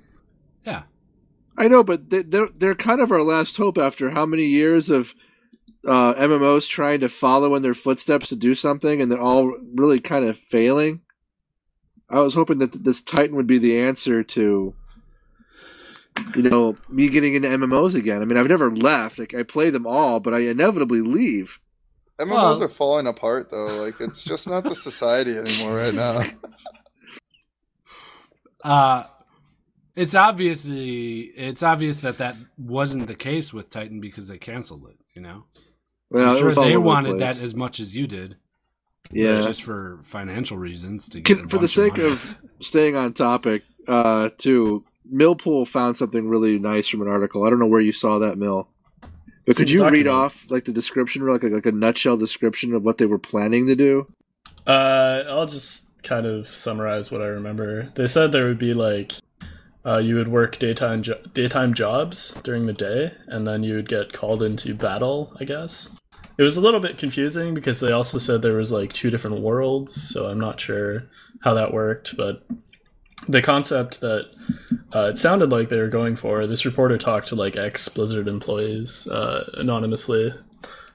Speaker 2: I know, but they- they're they're kind of our last hope after how many years of uh, MMOs trying to follow in their footsteps to do something, and they're all really kind of failing. I was hoping that th- this Titan would be the answer to, you know, me getting into MMOs again. I mean, I've never left. Like I play them all, but I inevitably leave.
Speaker 4: MMOs
Speaker 6: Well-
Speaker 4: are falling apart though. Like it's just not the society anymore right now.
Speaker 6: Uh, it's obviously it's obvious that that wasn't the case with Titan because they canceled it. You know,
Speaker 2: Well,
Speaker 6: I'm
Speaker 2: it
Speaker 6: sure
Speaker 2: was all
Speaker 6: they
Speaker 2: over the
Speaker 6: wanted
Speaker 2: place.
Speaker 6: that as much as you did,
Speaker 2: yeah.
Speaker 6: just for financial reasons. To get
Speaker 2: Can,
Speaker 6: a
Speaker 2: for the
Speaker 6: bunch
Speaker 2: sake
Speaker 6: money.
Speaker 2: of staying on topic, uh, too, Millpool found something really nice from an article. I don't know where you saw that, Mill, but could
Speaker 3: the
Speaker 2: you read
Speaker 3: document.
Speaker 2: off like the description, like a, like a nutshell description of what they were planning to do?
Speaker 3: Uh, I'll just kind of summarize what I remember. They said there would be like, uh, you would work daytime jo- daytime jobs during the day, and then you would get called into battle. I guess it was a little bit confusing because they also said there was like two different worlds, so I'm not sure how that worked. But the concept that uh, it sounded like they were going for. This reporter talked to like ex Blizzard employees uh, anonymously,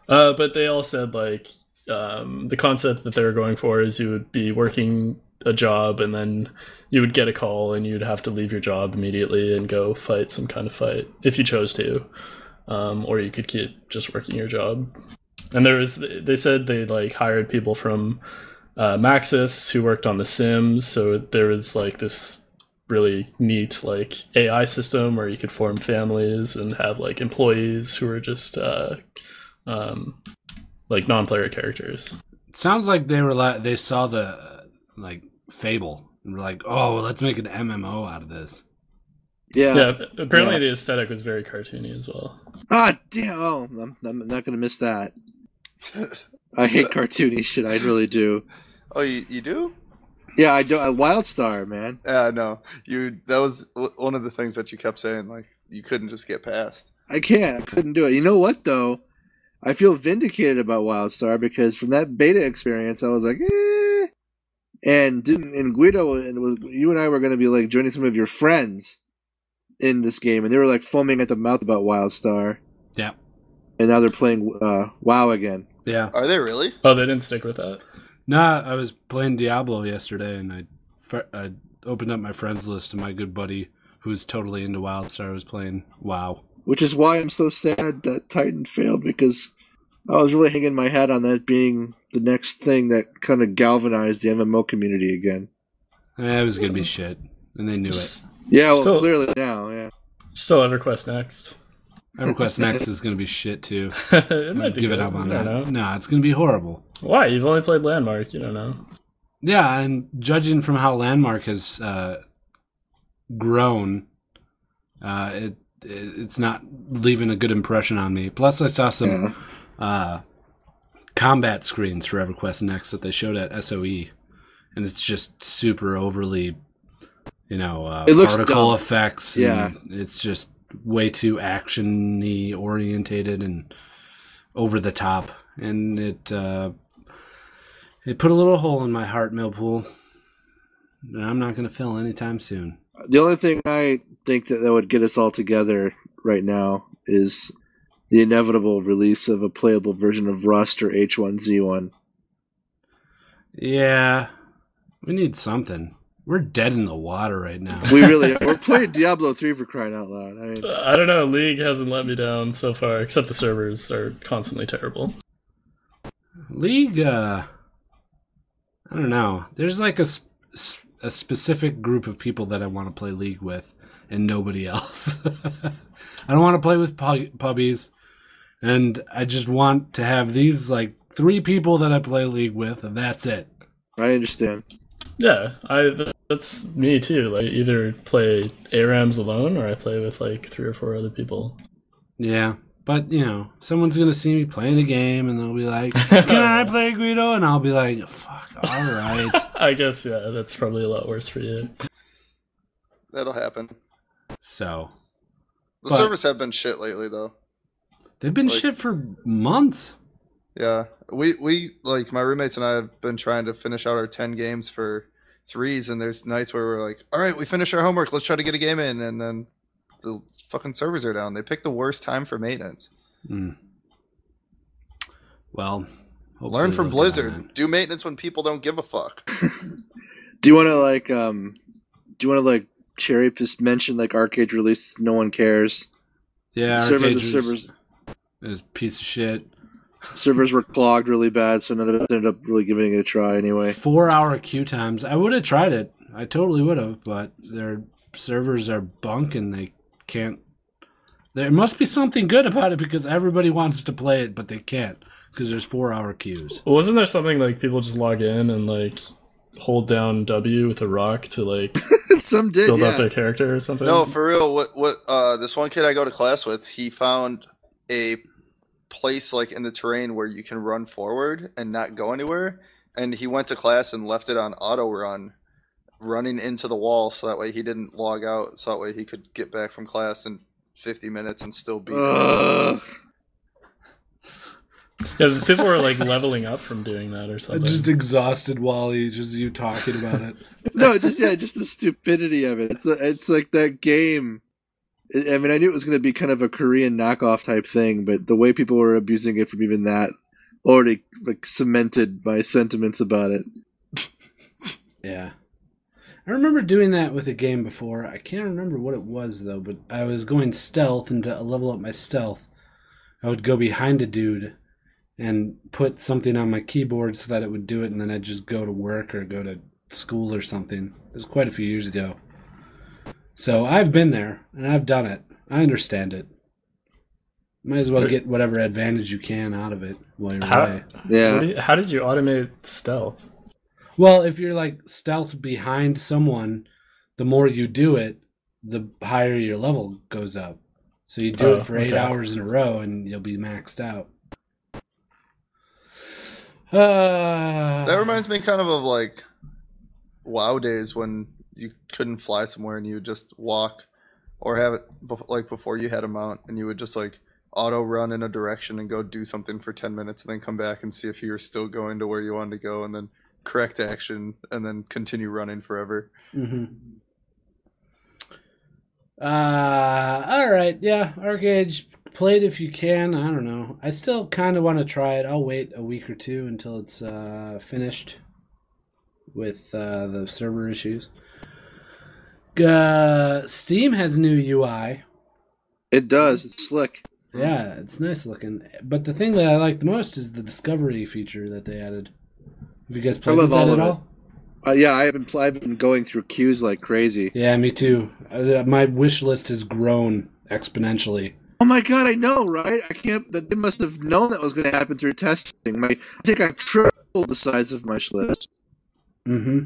Speaker 3: uh, but they all said like um, the concept that they were going for is you would be working a job and then you would get a call and you'd have to leave your job immediately and go fight some kind of fight if you chose to um, or you could keep just working your job and there was they said they like hired people from uh, maxis who worked on the sims so there was like this really neat like ai system where you could form families and have like employees who were just uh, um, like non-player characters.
Speaker 6: It sounds like they were like they saw the uh, like Fable and were like, oh, let's make an MMO out of this.
Speaker 2: Yeah.
Speaker 3: yeah, apparently
Speaker 2: yeah.
Speaker 3: the aesthetic was very cartoony as well.
Speaker 2: Ah, damn! Oh, I'm, I'm not gonna miss that. I hate cartoony shit. I really do.
Speaker 4: Oh, you, you do?
Speaker 2: Yeah, I do. Uh, WildStar, man.
Speaker 4: Yeah, Uh, no. You that was w- one of the things that you kept saying. Like you couldn't just get past.
Speaker 2: I can't. I couldn't do it. You know what though? I feel vindicated about WildStar because from that beta experience, I was like, eh. And didn't and Guido and was, you and I were going to be like joining some of your friends in this game, and they were like foaming at the mouth about WildStar.
Speaker 6: Yeah.
Speaker 2: And now they're playing uh, WoW again.
Speaker 6: Yeah,
Speaker 4: Are they really?
Speaker 3: Oh, they didn't stick with that.
Speaker 6: Nah, I was playing Diablo yesterday, and I, fir- I opened up my friends list, and my good buddy, who was totally into WildStar, was playing WoW.
Speaker 2: which is why I'm so sad that Titan failed because I was really hanging my hat on that being the next thing that kind of galvanized the MMO community again.
Speaker 6: Eh, it was gonna be shit, and they knew it.
Speaker 3: S-
Speaker 2: Yeah, well,
Speaker 3: Still-
Speaker 2: clearly now, yeah.
Speaker 3: Still EverQuest next.
Speaker 6: EverQuest Next is gonna be shit too.
Speaker 3: it might
Speaker 6: I'd
Speaker 3: be
Speaker 6: give it
Speaker 3: good.
Speaker 6: up on
Speaker 3: You don't
Speaker 6: that.
Speaker 3: know.
Speaker 6: Nah, it's gonna be horrible.
Speaker 3: Why? You've only played Landmark. You don't know.
Speaker 6: Yeah, and judging from how Landmark has uh, grown, uh, it, it it's not leaving a good impression on me. Plus, I saw some
Speaker 2: Yeah.
Speaker 6: uh, combat screens for EverQuest Next that they showed at SOE, and it's just super overly, you know, uh,
Speaker 2: It looks
Speaker 6: particle
Speaker 2: dumb.
Speaker 6: effects.
Speaker 2: Yeah.
Speaker 6: and it's just way too actiony orientated and over the top, and it uh, it put a little hole in my heart, Millpool, and I'm not going to fill anytime soon.
Speaker 2: The only thing I think that, that would get us all together right now is the inevitable release of a playable version of Rust or H1Z1.
Speaker 6: Yeah, we need something. We're dead in the water right now.
Speaker 2: We really we're playing Diablo 3 for crying out loud. I mean,
Speaker 3: I don't know. League hasn't let me down so far, except the servers are constantly terrible.
Speaker 6: League, uh, I don't know. There's like a, sp- s- a specific group of people that I want to play League with and nobody else. I don't want to play with pu- puppies. And I just want to have these like three people that I play League with, and that's it.
Speaker 2: I understand.
Speaker 3: Yeah, I th- that's me too. Like either play ARAMs alone or I play with like three or four other people.
Speaker 6: Yeah. But, you know, someone's going to see me playing a game and they'll be like, Can I play Guido? And I'll be like, Fuck, all right.
Speaker 3: I guess yeah, that's probably a lot worse for you.
Speaker 4: That'll happen.
Speaker 6: so,
Speaker 4: The
Speaker 6: But-
Speaker 4: servers have been shit lately, though.
Speaker 6: they've been
Speaker 4: Like-
Speaker 6: shit for months.
Speaker 4: Yeah, we we like my roommates and I have been trying to finish out our ten games for threes, and there's nights where we're like, all right, we finished our homework, let's try to get a game in, and then the fucking servers are down. They picked the worst time for maintenance.
Speaker 6: Mm. Well, hopefully they'll
Speaker 4: Learn from
Speaker 6: get on
Speaker 4: Blizzard. Do maintenance when people don't give a fuck.
Speaker 2: Do you want to like um do you want to like cherry just mention like arcade releases no one cares?
Speaker 6: that. Yeah,
Speaker 2: server the
Speaker 6: Arcade
Speaker 2: servers
Speaker 6: is a piece of shit.
Speaker 2: servers were clogged really bad, so none of us ended up really giving it a try anyway.
Speaker 6: Four hour queue times. I would have tried it. I totally would have, but their servers are bunk and they can't. There must be something good about it because everybody wants to play it, but they can't because there's four hour queues.
Speaker 3: Wasn't there something like people just log in and like hold down W with a rock to like
Speaker 2: Some did,
Speaker 3: build
Speaker 2: yeah.
Speaker 3: up their character or something?
Speaker 4: No, for real. What what uh this one kid I go to class with, he found a place like in the terrain where you can run forward and not go anywhere, and he went to class and left it on auto run, running into the wall so that way he didn't log out, so that way he could get back from class in 50 minutes and still be
Speaker 2: Ugh.
Speaker 3: yeah, people were like leveling up from doing that or something.
Speaker 6: exhausted Wally, just you talking about it.
Speaker 2: no, just yeah, just the stupidity of it. It's it's like that game. I I mean, I knew it was going to be kind of a Korean knockoff type thing, but the way people were abusing it from even that already like cemented my sentiments about it.
Speaker 6: Yeah. I remember doing that with a game before. I can't remember what it was though, but I was going stealth and to level up my stealth, I would go behind a dude and put something on my keyboard so that it would do it and then I'd just go to work or go to school or something. It was quite a few years ago. So I've been there and I've done it. I understand it. Might as well get whatever advantage you can out of it while you're
Speaker 3: How-
Speaker 6: away.
Speaker 3: What
Speaker 2: Yeah,
Speaker 3: do you- how did you automate stealth?
Speaker 6: Well, if you're like stealth behind someone, the more you do it, the higher your level goes up. So you do
Speaker 3: Oh,
Speaker 6: it for eight
Speaker 3: okay.
Speaker 6: hours in a row, and you'll be maxed out. Uh,
Speaker 4: That reminds me kind of of like WoW days when you couldn't fly somewhere and you would just walk, or have it bef- like before you had a mount and you would just like auto run in a direction and go do something for ten minutes and then come back and see if you were still going to where you wanted to go and then correct action and then continue running forever.
Speaker 6: hmm Uh, all right, yeah, Arcade play it if you can. I don't know. I still kind of want to try it. I'll wait a week or two until it's uh, finished with uh, the server issues. Uh, Steam has new UI.
Speaker 2: It does. It's slick.
Speaker 6: Yeah, it's nice looking. But the thing that I like the most is the discovery feature that they added. Have you guys played
Speaker 2: love
Speaker 6: with that
Speaker 2: all
Speaker 6: at
Speaker 2: of it.
Speaker 6: all?
Speaker 2: Uh, yeah, I've been I've been going through queues like crazy.
Speaker 6: Yeah, me too. Uh, My wish list has grown exponentially.
Speaker 2: Oh my god, I know, right? I can't. That they must have known that was going to happen through testing. My, I think I tripled the size of my list.
Speaker 6: Mm-hmm.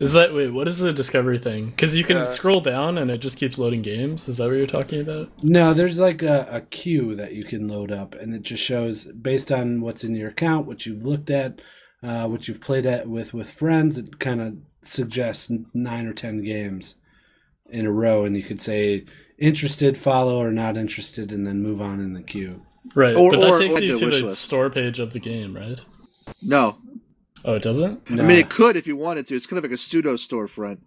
Speaker 3: Is that wait? What is the discovery thing? Because you can
Speaker 4: Uh,
Speaker 3: scroll down and it just keeps loading games. Is that what you're talking about?
Speaker 6: No, there's like a, a queue that you can load up, and it just shows based on what's in your account, what you've looked at, uh, what you've played at with with friends. It kind of suggests nine or ten games in a row, and you could say interested, follow, or not interested, and then move on in the queue.
Speaker 3: Right,
Speaker 2: Or-
Speaker 3: but that
Speaker 2: or-
Speaker 3: takes
Speaker 2: or
Speaker 3: you
Speaker 2: the
Speaker 3: to
Speaker 2: wish
Speaker 3: the
Speaker 2: list.
Speaker 3: store page of the game, right?
Speaker 2: No,
Speaker 3: Oh, it doesn't.
Speaker 2: I mean
Speaker 6: Nah.
Speaker 2: it could if you wanted to. It's kind of like a pseudo storefront.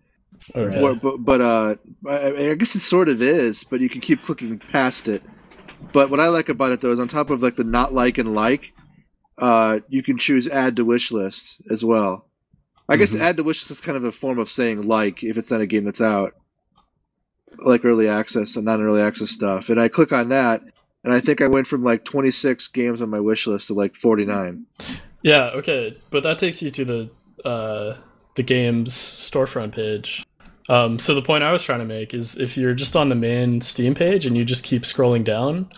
Speaker 3: Okay.
Speaker 2: Where- But, but uh, I, I guess it sort of is. But you can keep clicking past it. But what I like about it though is on top of like the not like and like, uh, you can choose add to wish list as well. I guess
Speaker 3: Mm-hmm.
Speaker 6: Mhm.
Speaker 2: add to wish list is kind of a form of saying like if it's not a game that's out, like early access and non early access stuff. And I click on that, and I think I went from like 26 games on my wish list to like 49.
Speaker 3: Yeah. Okay, but that takes you to the uh, the game's storefront page. Um, so the point I was trying to make is, if you're just on the main Steam page and you just keep scrolling down,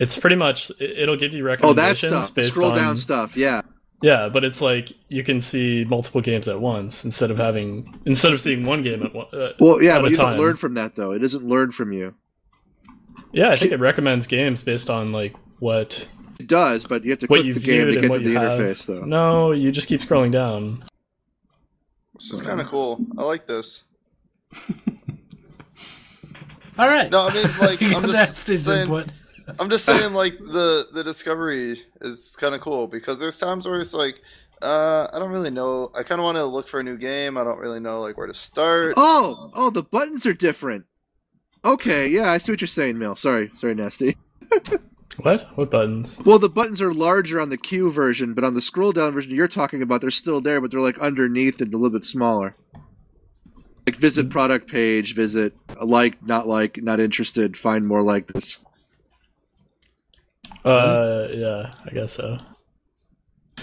Speaker 3: it's pretty much it- it'll give you
Speaker 2: Oh, that
Speaker 3: recommendations
Speaker 2: stuff, the
Speaker 3: based
Speaker 2: scroll
Speaker 3: on
Speaker 2: down stuff, yeah.
Speaker 3: Yeah, but it's like you can see multiple games at once instead of having instead of seeing one game at once. Uh,
Speaker 2: Well,
Speaker 3: at
Speaker 2: yeah,
Speaker 3: a
Speaker 2: but you
Speaker 3: time.
Speaker 2: don't learn from that though. It doesn't learn from you.
Speaker 3: yeah, I think it recommends games based on like what
Speaker 2: It does, but you have to
Speaker 3: what
Speaker 2: click
Speaker 3: you
Speaker 2: the game to
Speaker 3: viewed and
Speaker 2: get to
Speaker 3: what
Speaker 2: the
Speaker 3: you have.
Speaker 2: interface though.
Speaker 3: No, you just keep scrolling down.
Speaker 4: This is kind of cool. I like this.
Speaker 6: All right.
Speaker 4: No, I mean, like, I'm just
Speaker 6: That's his
Speaker 4: saying-
Speaker 6: input.
Speaker 4: I'm just saying, like the the discovery is kind of cool because there's times where it's like, uh, I don't really know. I kind of want to look for a new game. I don't really know like where to start.
Speaker 2: Oh, oh, the buttons are different. Okay, yeah, I see what you're saying, Mel. Sorry, sorry, nasty.
Speaker 3: What? What buttons?
Speaker 2: Well, the buttons are larger on the Q version, but on the scroll down version you're talking about, they're still there, but they're like underneath and a little bit smaller. Like visit
Speaker 3: Mm.
Speaker 2: product page, visit uh, like, not like, not interested, find more like this.
Speaker 3: Uh, yeah, I guess so.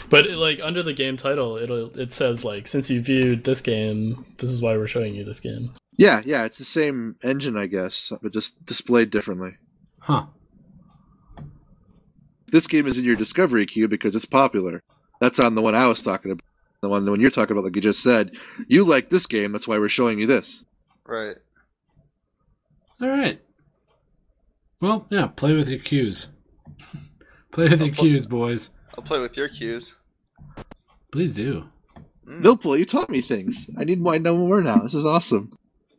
Speaker 3: But it, like under the game title, it'll it says like since you viewed this game, this is why we're showing you this game.
Speaker 2: Yeah, yeah, it's the same engine, I guess, but just displayed differently.
Speaker 6: Huh.
Speaker 2: This game is in your discovery queue because it's popular. That's on the one I was talking about. The one the one you're talking about, like you just said, you like this game, that's why we're showing you this.
Speaker 4: Right.
Speaker 6: All right. Well, yeah. Play with your cues. play with your cues, boys.
Speaker 4: I'll play with your cues.
Speaker 6: Please do.
Speaker 4: Mm.
Speaker 2: Millpool, you taught me things. I need more. I know more now. This is awesome.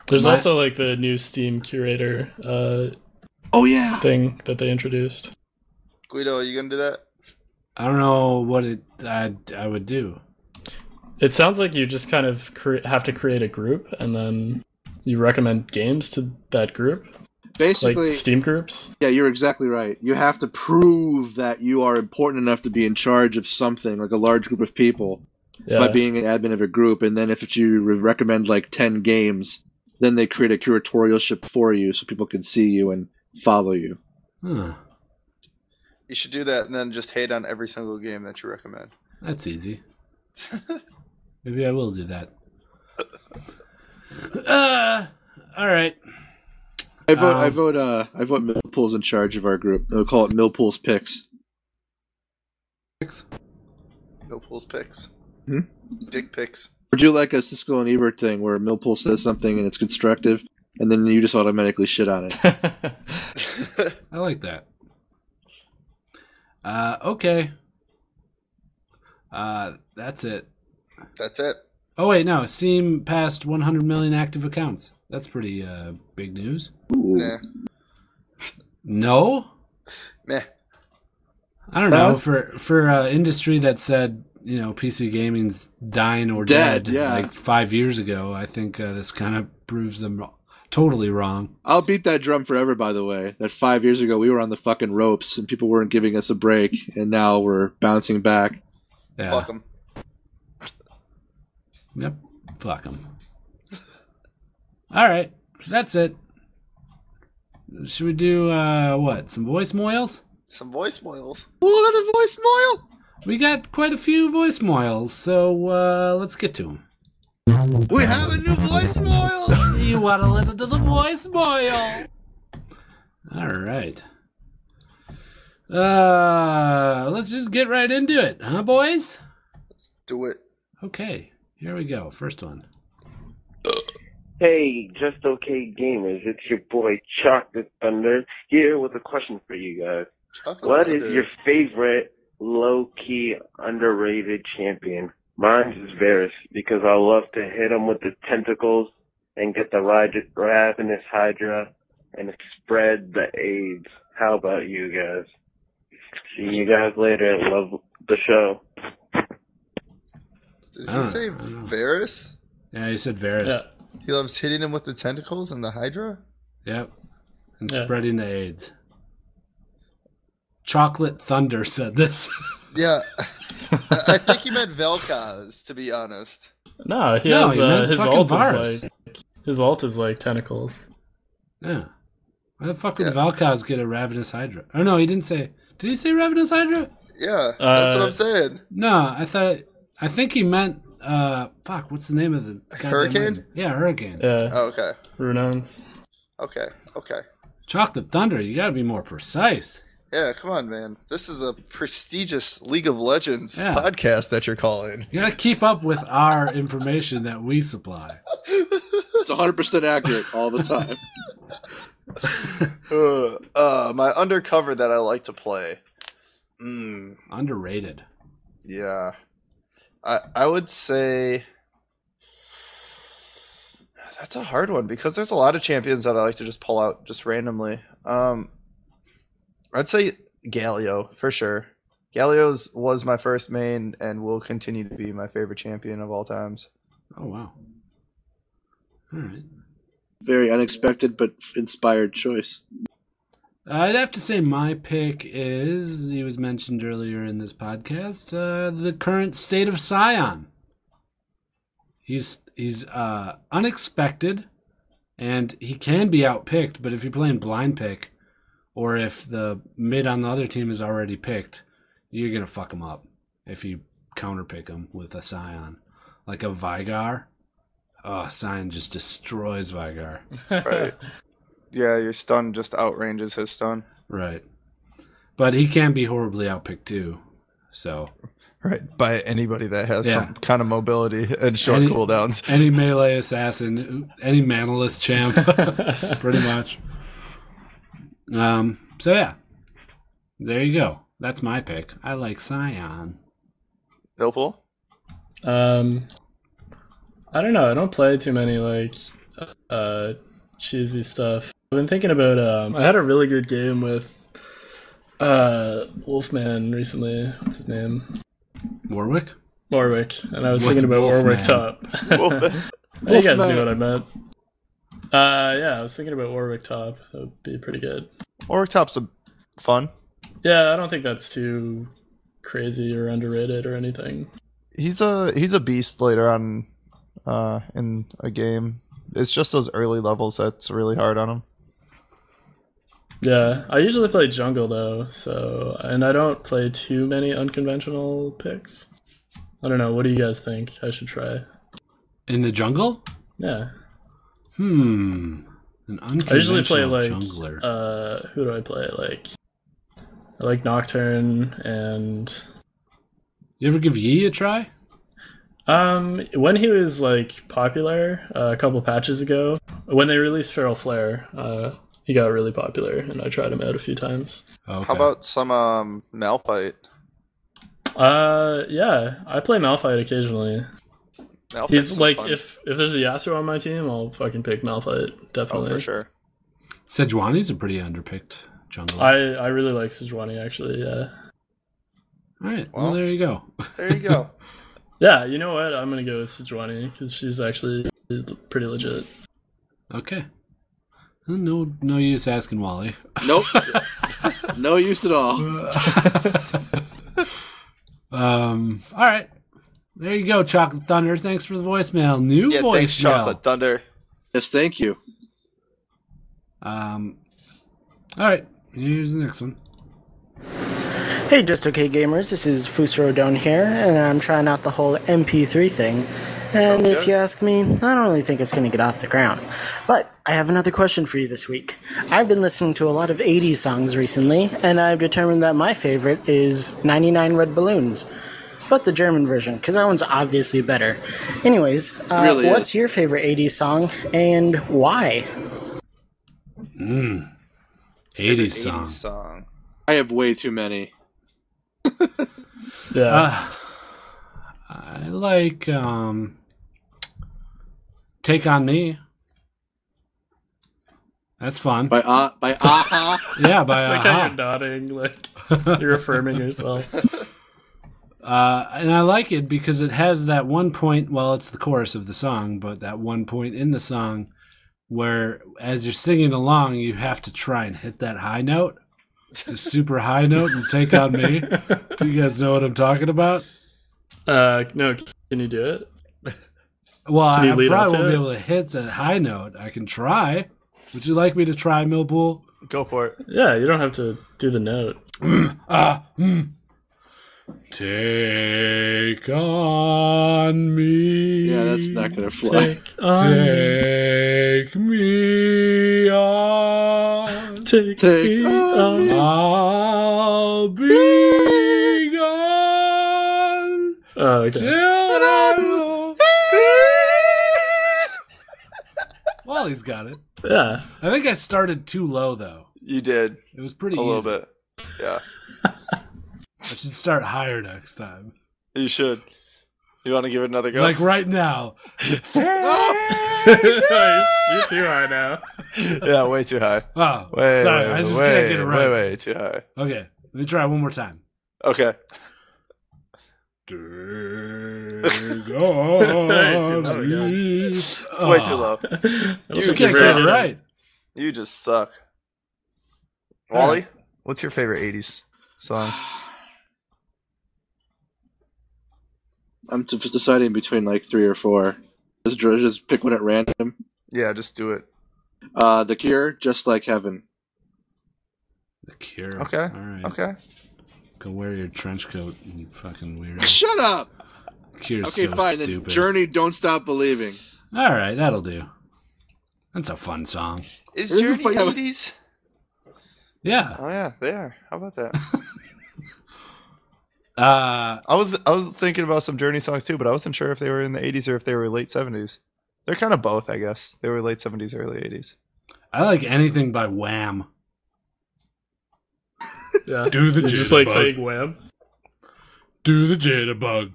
Speaker 3: There's
Speaker 6: My-
Speaker 3: also like the new Steam curator uh
Speaker 2: Oh yeah.
Speaker 3: thing that they introduced.
Speaker 4: Guido, are you gonna do that?
Speaker 6: I don't know what it I I would do.
Speaker 3: It sounds like you just kind of cre- have to create a group and then you recommend games to that group,
Speaker 2: Basically,
Speaker 3: like Steam groups.
Speaker 2: yeah, you're exactly right. You have to prove that you are important enough to be in charge of something, like a large group of people,
Speaker 3: Yeah,
Speaker 2: by being an admin of a group. And then if you re- recommend like ten games, then they create a curatorialship for you, so people can see you and follow you.
Speaker 6: Huh.
Speaker 4: You should do that and then just hate on every single game that you recommend.
Speaker 6: That's easy. Maybe I will do that. Uh, all right.
Speaker 2: I vote. I
Speaker 6: Um,
Speaker 2: vote. Uh, I vote. Millpool's in charge of our group. We'll call it Millpool's picks.
Speaker 4: No pulls picks.
Speaker 2: Hmm?
Speaker 4: Dick picks.
Speaker 2: Would you like a Siskel and Ebert thing where Millpool says something and it's constructive, and then you just automatically shit on it?
Speaker 6: I like that. Uh, okay. Uh, that's it.
Speaker 4: That's it.
Speaker 6: Oh wait, no. Steam passed 100 million active accounts. That's pretty uh big news.
Speaker 4: Nah.
Speaker 6: No.
Speaker 4: Meh.
Speaker 6: I don't know
Speaker 2: Huh?
Speaker 6: for for uh, industry that said you know PC gaming's dying or dead,
Speaker 2: Dead, yeah.
Speaker 6: like five years ago. I think uh, this kind of proves them totally wrong.
Speaker 2: I'll beat that drum forever, by the way. That five years ago we were on the fucking ropes and people weren't giving us a break, and now we're bouncing back.
Speaker 6: Yeah.
Speaker 4: Fuck them.
Speaker 6: Yep. Fuck them. All right. That's it. Should we do uh what? Some voicemails?
Speaker 4: Some voicemails.
Speaker 2: Look at the voicemail.
Speaker 6: We got quite a few voicemails, so uh let's get to them.
Speaker 4: We have a new voicemail.
Speaker 6: You want to listen to the voicemail? All right. Uh let's just get right into it, huh boys?
Speaker 4: Let's do it.
Speaker 6: Okay. Here we go. First one.
Speaker 8: Hey, just okay gamers. It's your boy Chocolate Thunder here with a question for you guys.
Speaker 4: Chocolate
Speaker 8: What is
Speaker 4: Thunder.
Speaker 8: your favorite low key underrated champion? Mine's is Varus because I love to hit him with the tentacles and get the ride- ravenous Hydra and spread the AIDS. How about you guys? See you guys later. Love the show.
Speaker 4: Did
Speaker 6: I don't
Speaker 4: he say
Speaker 6: know. I don't know.
Speaker 4: Varus?
Speaker 6: Yeah, you said Varus.
Speaker 3: Yeah.
Speaker 4: He loves hitting him with the tentacles and the Hydra.
Speaker 6: Yep. And
Speaker 3: Yeah.
Speaker 6: spreading the AIDS. Chocolate Thunder said this.
Speaker 4: Yeah, I I think he meant Velkas. To be honest,
Speaker 3: No, he
Speaker 6: No,
Speaker 3: has
Speaker 6: he
Speaker 3: uh,
Speaker 6: meant
Speaker 3: his
Speaker 6: fucking
Speaker 3: alt
Speaker 6: virus.
Speaker 3: is like his alt is like tentacles.
Speaker 6: yeah. Why the fuck would
Speaker 4: Yeah.
Speaker 6: Valkaz get a Ravenous Hydra? Oh no, he didn't say. Did he say Ravenous Hydra?
Speaker 4: yeah, that's what
Speaker 3: Uh,
Speaker 4: I'm saying.
Speaker 6: No, I thought. I think he meant. Uh, fuck. What's the name of the goddamn
Speaker 4: Hurricane?
Speaker 6: item? Yeah, hurricane.
Speaker 3: Yeah,
Speaker 4: Oh, okay,
Speaker 3: runons.
Speaker 4: okay, okay.
Speaker 6: Chocolate Thunder. You got to be more precise.
Speaker 4: Yeah, come on, man. This is a prestigious League of Legends
Speaker 6: Yeah.
Speaker 4: podcast that you're calling.
Speaker 6: You got to keep up with our information that we supply.
Speaker 2: It's 100% accurate all the time.
Speaker 4: Uh, uh, my undercover that I like to play. Mm,
Speaker 6: Underrated.
Speaker 4: yeah, I I would say that's a hard one because there's a lot of champions that I like to just pull out just randomly. Um, I'd say Galio for sure. Galio's was my first main and will continue to be my favorite champion of all times.
Speaker 6: Oh wow. All right.
Speaker 2: Very unexpected but inspired choice.
Speaker 6: I'd have to say my pick is he was mentioned earlier in this podcast, uh, the current state of Scion. He's he's uh, unexpected, and he can be outpicked. But if you're playing blind pick, or if the mid on the other team is already picked, you're gonna fuck him up if you counterpick him with a Scion, like a Vigar. Oh, Scion just destroys Vigar.
Speaker 4: Right. Yeah, your stun just outranges his stun.
Speaker 6: Right. But he can be horribly outpicked too. So
Speaker 4: Right, by anybody that has
Speaker 6: Yeah.
Speaker 4: some kind of mobility and short
Speaker 6: Any-
Speaker 4: cooldowns.
Speaker 6: any melee assassin, any manalist champ, pretty much. Um. So yeah, there you go. That's my pick. I like Scion.
Speaker 4: Millpool?
Speaker 3: Um, I don't know. I don't play too many like uh cheesy stuff. I've been thinking about. Um, I had a really good game with uh Wolfman recently. What's his name?
Speaker 6: Warwick.
Speaker 3: Warwick. And I was
Speaker 6: Wolf-
Speaker 3: thinking about Warwick
Speaker 6: Wolfman.
Speaker 3: Top.
Speaker 4: Wolfman.
Speaker 3: you guys
Speaker 2: Wolfman.
Speaker 3: knew what I meant. Uh, yeah, I was thinking about Warwick Top. That would be pretty good.
Speaker 4: Orctop's a fun.
Speaker 3: Yeah, I don't think that's too crazy or underrated or anything.
Speaker 4: He's a he's a beast later on uh in a game. It's just those early levels that's really hard on him.
Speaker 3: Yeah, I usually play jungle though, so and I don't play too many unconventional picks. I don't know. What do you guys think? I should try.
Speaker 6: In the jungle.
Speaker 3: Yeah,
Speaker 6: Hmm. An
Speaker 3: I
Speaker 6: unconventional
Speaker 3: usually play like
Speaker 6: jungler.
Speaker 3: uh, who do I play? Like, I like Nocturne and
Speaker 6: you ever give Yi a try?
Speaker 3: um when he was like popular uh, a couple patches ago when they released Feral Flare, uh, he got really popular and I tried him out a few times.
Speaker 6: Oh, okay.
Speaker 4: How about some um Malphite?
Speaker 3: Uh, yeah, I play Malphite occasionally.
Speaker 4: Malphite's
Speaker 3: He's
Speaker 4: so
Speaker 3: like
Speaker 4: fun.
Speaker 3: if if there's a Yasuo on my team, I'll fucking pick Malphite
Speaker 4: Oh
Speaker 3: definitely.
Speaker 4: for sure.
Speaker 6: Sejuani's a pretty underpicked jungler.
Speaker 3: I I really like Sejuani actually. Yeah,
Speaker 6: All right. well,
Speaker 4: Well.
Speaker 6: there you go.
Speaker 4: There you go.
Speaker 3: yeah. You know what? I'm gonna go with Sejuani because she's actually pretty legit.
Speaker 6: Okay. Uh, No, no use asking Wally.
Speaker 2: Nope. no use at all.
Speaker 6: um. All right. There you go, Chocolate Thunder. Thanks for the voicemail. New
Speaker 4: Yeah,
Speaker 6: voicemail.
Speaker 4: thanks, Chocolate Thunder.
Speaker 2: Yes, thank you.
Speaker 6: Um. All right. Here's the next one.
Speaker 9: Hey, Just Okay Gamers, this is Fusro down here, and I'm trying out the whole MP3 thing. And if you ask me, I don't really think it's going to get off the ground. But I have another question for you this week. I've been listening to a lot of 80s songs recently, and I've determined that my favorite is 99 Red Balloons, but the German version, because that one's obviously better. Anyways, uh,
Speaker 2: Really is.
Speaker 9: what's your favorite 80s song, and why?
Speaker 6: Mm. 80s song.
Speaker 4: song.
Speaker 2: I have way too many.
Speaker 3: Yeah.
Speaker 6: Uh, I like um, Take on Me. That's fun.
Speaker 2: By ah, by aha.
Speaker 6: yeah, by
Speaker 3: like how you're
Speaker 6: Aha.
Speaker 3: nodding, like you're affirming yourself.
Speaker 6: Uh, and I like it because it has that one point. Well, it's the chorus of the song, but that one point in the song where, as you're singing along, you have to try and hit that high note, the super high note, and take on me. Do you guys know what I'm talking about?
Speaker 3: Uh, no, can you do it?
Speaker 6: Well,
Speaker 3: Can you
Speaker 6: I, I
Speaker 3: lead
Speaker 6: probably
Speaker 3: up to
Speaker 6: won't be
Speaker 3: it?
Speaker 6: able to hit the high note. I can try. Would you like me to try, Millpool?
Speaker 7: Go for it.
Speaker 3: Yeah, you don't have to do the note.
Speaker 6: Ah, mm. Take on me.
Speaker 2: Yeah, that's not gonna fly.
Speaker 3: Take on,
Speaker 6: Take me on.
Speaker 3: take,
Speaker 2: Take
Speaker 3: me
Speaker 2: on me.
Speaker 3: on.
Speaker 6: I'll be gone
Speaker 3: Oh, okay.
Speaker 6: till I'm Wally's got it.
Speaker 3: Yeah.
Speaker 6: I think I started too low though.
Speaker 4: You did
Speaker 6: It was pretty
Speaker 4: a
Speaker 6: easy.
Speaker 4: little bit. Yeah,
Speaker 6: I should start higher next time.
Speaker 4: you should. You want to give it another go?
Speaker 6: Like right now.
Speaker 3: you're you're too high now.
Speaker 4: yeah, way too high.
Speaker 6: Oh,
Speaker 4: Way,
Speaker 6: sorry.
Speaker 4: way,
Speaker 6: I just can't
Speaker 4: way,
Speaker 6: get it right.
Speaker 4: way, way too high.
Speaker 6: Okay, let me try one more time.
Speaker 4: Okay.
Speaker 3: on
Speaker 6: it's
Speaker 4: It's way too low.
Speaker 6: You
Speaker 4: You
Speaker 3: You're
Speaker 6: can't
Speaker 4: really
Speaker 6: get it
Speaker 4: did.
Speaker 6: right.
Speaker 4: You just suck. Wally?
Speaker 7: What's your favorite '80s song?
Speaker 2: I'm t- deciding between like three or four. Just, dr- just pick one at random.
Speaker 4: Yeah, just do it.
Speaker 2: Uh, The Cure, just like heaven.
Speaker 6: The cure.
Speaker 4: Okay,
Speaker 6: All right.
Speaker 4: Okay.
Speaker 6: Go wear your trench coat, you fucking weirdo.
Speaker 2: Shut up.
Speaker 6: Cure's
Speaker 2: Okay,
Speaker 6: so
Speaker 2: fine. Then
Speaker 6: stupid.
Speaker 2: Journey, don't stop believing.
Speaker 6: All right, that'll do. That's a fun song.
Speaker 2: This
Speaker 4: Is
Speaker 2: is
Speaker 4: Journey
Speaker 2: fucking-
Speaker 4: 80s?
Speaker 6: Yeah.
Speaker 4: Oh yeah, they are. How about that?
Speaker 6: Uh,
Speaker 7: I was I was thinking about some Journey songs too, but I wasn't sure if they were in the '80s or if they were late '70s. They're kind of both, I guess. They were late '70s, early '80s.
Speaker 6: I like anything by Wham.
Speaker 3: Yeah.
Speaker 6: Do the
Speaker 3: You're just like saying wham.
Speaker 6: Do the jitterbug.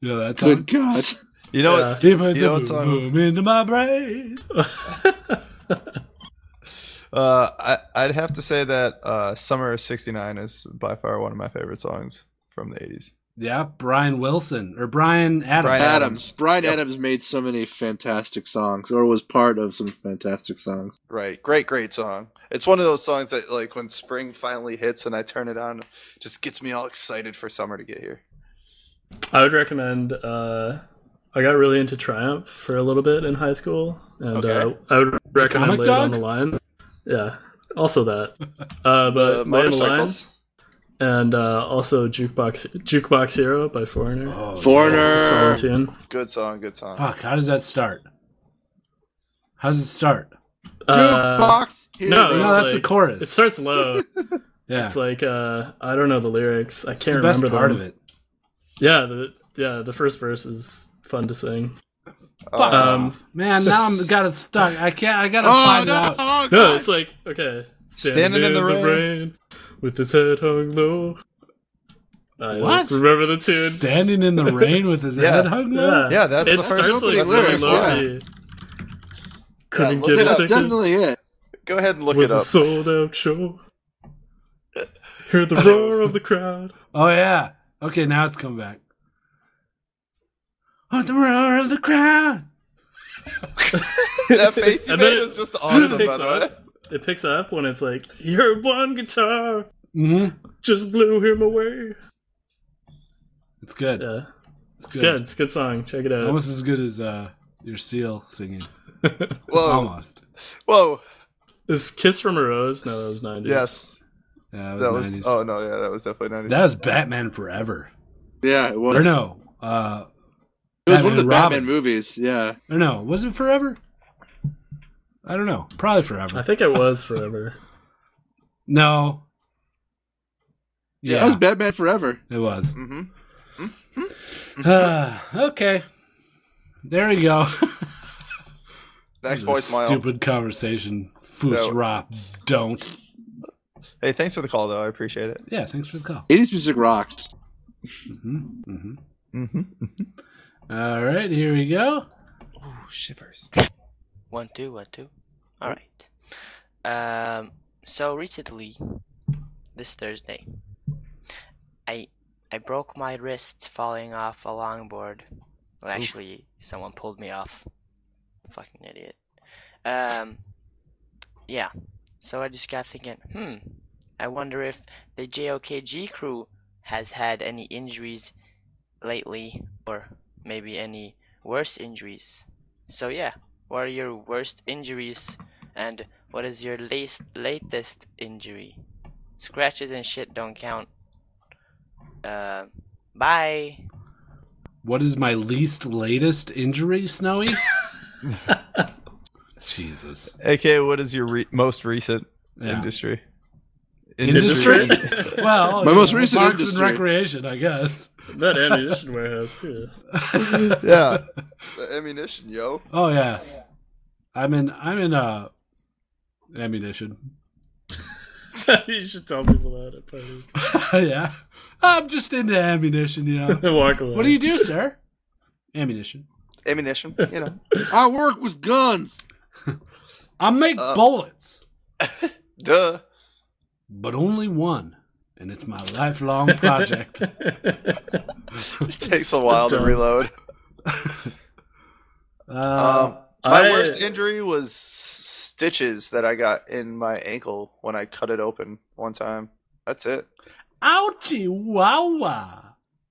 Speaker 6: you know that
Speaker 2: Good
Speaker 6: song?
Speaker 2: God.
Speaker 7: You know what?
Speaker 3: Yeah.
Speaker 6: He put
Speaker 7: You
Speaker 6: the
Speaker 7: know what
Speaker 6: boom,
Speaker 7: song-
Speaker 6: boom into my brain.
Speaker 7: Uh, I I'd have to say that uh, "Summer of '69" is by far one of my favorite songs from the '80s.
Speaker 6: Yeah, Brian Wilson or Brian Adams.
Speaker 7: Bryan
Speaker 2: Adams.
Speaker 7: Adams.
Speaker 2: Brian
Speaker 7: Yep.
Speaker 2: Adams made so many fantastic songs, or was part of some fantastic songs.
Speaker 4: Right. Great, great song. It's one of those songs that like when spring finally hits and I turn it on, just gets me all excited for summer to get here.
Speaker 3: I would recommend. Uh, I got really into Triumph for a little bit in high school, and
Speaker 4: Okay.
Speaker 3: uh, I would recommend
Speaker 6: comic
Speaker 3: Lay It
Speaker 6: dog?
Speaker 3: on the Line. Yeah, also that. Uh,
Speaker 4: The
Speaker 3: but Lay It on the Line
Speaker 4: motorcycles.
Speaker 3: and uh, also Jukebox Jukebox Hero by Foreigner.
Speaker 6: Oh,
Speaker 2: Foreigner.
Speaker 3: Solid tune.
Speaker 4: Good song, good song.
Speaker 6: Fuck, how does that start? How does it start?
Speaker 3: Uh,
Speaker 2: Jukebox. Here.
Speaker 6: no,
Speaker 3: no, it's
Speaker 6: that's the
Speaker 3: like-
Speaker 6: chorus.
Speaker 3: it starts low.
Speaker 6: yeah.
Speaker 3: It's like uh, I don't know the lyrics. I can't
Speaker 6: the best
Speaker 3: remember
Speaker 6: part
Speaker 3: them.
Speaker 6: of it.
Speaker 3: Yeah, the, yeah. The first verse is fun to sing.
Speaker 6: Fuck
Speaker 4: Uh,
Speaker 3: Um,
Speaker 6: off. Man, now I'm got it stuck. I can't I gotta
Speaker 2: Oh
Speaker 6: find
Speaker 2: no!
Speaker 6: it out.
Speaker 2: Oh,
Speaker 3: No,
Speaker 2: God.
Speaker 3: it's like okay,
Speaker 7: Standing in the rain.
Speaker 3: with his head hung low. I don't
Speaker 6: What?
Speaker 3: Remember the tune?
Speaker 6: Standing in the rain with his
Speaker 7: Yeah.
Speaker 6: head hung low.
Speaker 7: Yeah, that's
Speaker 3: it
Speaker 7: the first-
Speaker 3: starts, like,
Speaker 2: that's the
Speaker 3: really
Speaker 2: lyrics,
Speaker 3: low
Speaker 2: yeah.
Speaker 3: key. Couldn't
Speaker 4: look
Speaker 3: get
Speaker 4: it
Speaker 3: a
Speaker 4: up.
Speaker 2: That's
Speaker 3: ticket.
Speaker 2: definitely it.
Speaker 4: Go ahead and look
Speaker 3: Was
Speaker 4: it
Speaker 3: a
Speaker 4: up.
Speaker 3: sold out show. Heard the roar of the crowd.
Speaker 6: Oh yeah. Okay, now it's come back. On the roar of the crowd.
Speaker 4: that face you
Speaker 3: And then
Speaker 4: made
Speaker 3: it-
Speaker 4: was just
Speaker 3: It
Speaker 4: awesome, by
Speaker 3: picks
Speaker 4: the way.
Speaker 3: up. It picks up when it's like your one guitar
Speaker 6: Mm-hmm.
Speaker 3: just blew him away.
Speaker 6: It's good.
Speaker 3: Yeah, it's,
Speaker 6: good.
Speaker 3: good. It's a good song. Check it out.
Speaker 6: Almost as good as uh, your seal singing.
Speaker 4: Whoa,
Speaker 6: Almost.
Speaker 4: whoa,
Speaker 3: Is Kiss from a Rose? No, that was nineties.
Speaker 4: yes,
Speaker 6: Yeah,
Speaker 4: that was.
Speaker 6: 90s.
Speaker 4: Oh no, yeah, that was definitely ninety.
Speaker 6: That was Batman Forever.
Speaker 2: Yeah, it
Speaker 6: Or
Speaker 2: was.
Speaker 6: no. Uh,
Speaker 2: it was one of
Speaker 6: Batman
Speaker 2: the
Speaker 6: and
Speaker 2: Batman
Speaker 6: Robin.
Speaker 2: movies. Yeah,
Speaker 6: or no. Was it Forever? I don't know. Probably Forever.
Speaker 3: I think it was forever.
Speaker 6: No.
Speaker 2: that was
Speaker 6: Yeah,
Speaker 2: Batman Forever.
Speaker 6: it was.
Speaker 4: Mm-hmm.
Speaker 6: okay. There we go.
Speaker 4: Next
Speaker 6: This
Speaker 4: voicemail.
Speaker 6: Stupid conversation. Foos
Speaker 4: No.
Speaker 6: rop. Don't.
Speaker 4: Hey, thanks for the call though. I appreciate it.
Speaker 6: Yeah, thanks for the call.
Speaker 2: Eighties music rocks.
Speaker 6: Mhm, mhm.
Speaker 4: Mm-hmm.
Speaker 6: All right, here we go.
Speaker 4: Ooh, shivers.
Speaker 10: One, two, one, two. All right. Um, so recently, this Thursday, I I broke my wrist falling off a longboard. Well, actually, someone pulled me off. Fucking idiot. Um, yeah. So I just got thinking, hmm. I wonder if the JOKG crew has had any injuries lately, or maybe any worse injuries. So yeah, what are your worst injuries and what is your least latest injury? Scratches and shit don't count. Uh, bye.
Speaker 6: What is my least latest injury, Snowy? Jesus.
Speaker 4: AK, what is your re- most recent
Speaker 6: Yeah.
Speaker 4: industry?
Speaker 6: Industry? well,
Speaker 2: My
Speaker 6: you
Speaker 2: most
Speaker 6: know,
Speaker 2: recent
Speaker 6: parks
Speaker 2: industry.
Speaker 6: and recreation, I guess.
Speaker 3: that ammunition warehouse too.
Speaker 4: yeah, the ammunition, yo.
Speaker 6: Oh yeah, I'm in. I'm in uh, ammunition.
Speaker 3: you should tell people that at parties.
Speaker 6: yeah, I'm just into ammunition. You know.
Speaker 3: Walk away.
Speaker 6: what do you do, sir? Ammunition.
Speaker 4: Ammunition, you know.
Speaker 2: I work with guns.
Speaker 6: I make
Speaker 4: Uh.
Speaker 6: bullets,
Speaker 4: Duh.
Speaker 6: but only one, and it's my lifelong project.
Speaker 4: It takes a while to
Speaker 3: Dumb.
Speaker 4: reload.
Speaker 2: Um,
Speaker 6: Uh,
Speaker 4: My
Speaker 3: I-
Speaker 4: worst injury was s- stitches that I got in my ankle when I cut it open one time. That's it.
Speaker 6: ouchie, wow, wow.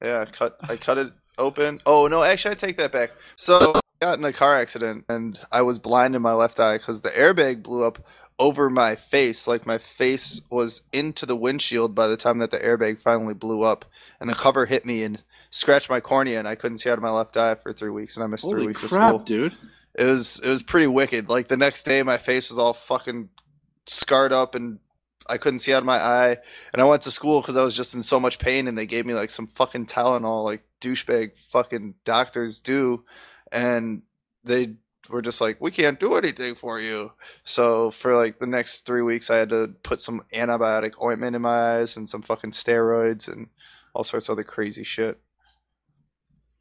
Speaker 4: Yeah, I cut I cut it open. Oh no, actually I take that back. So I got in a car accident and I was blind in my left eye because the airbag blew up over my face. Like my face was into the windshield by the time that the airbag finally blew up, and the cover hit me and scratched my cornea, and I couldn't see out of my left eye for three weeks, and I missed three
Speaker 2: Holy
Speaker 4: weeks of
Speaker 2: crap,
Speaker 4: school.
Speaker 2: dude!
Speaker 4: It was it was pretty wicked. Like the next day, my face was all fucking scarred up and. I couldn't see out of my eye, and I went to school because I was just in so much pain, and they gave me like some fucking Tylenol, like douchebag fucking doctors do, and they were just like, "We can't do anything for you." So for like the next three weeks, I had to put some antibiotic ointment in my eyes and some fucking steroids and all sorts of other crazy shit.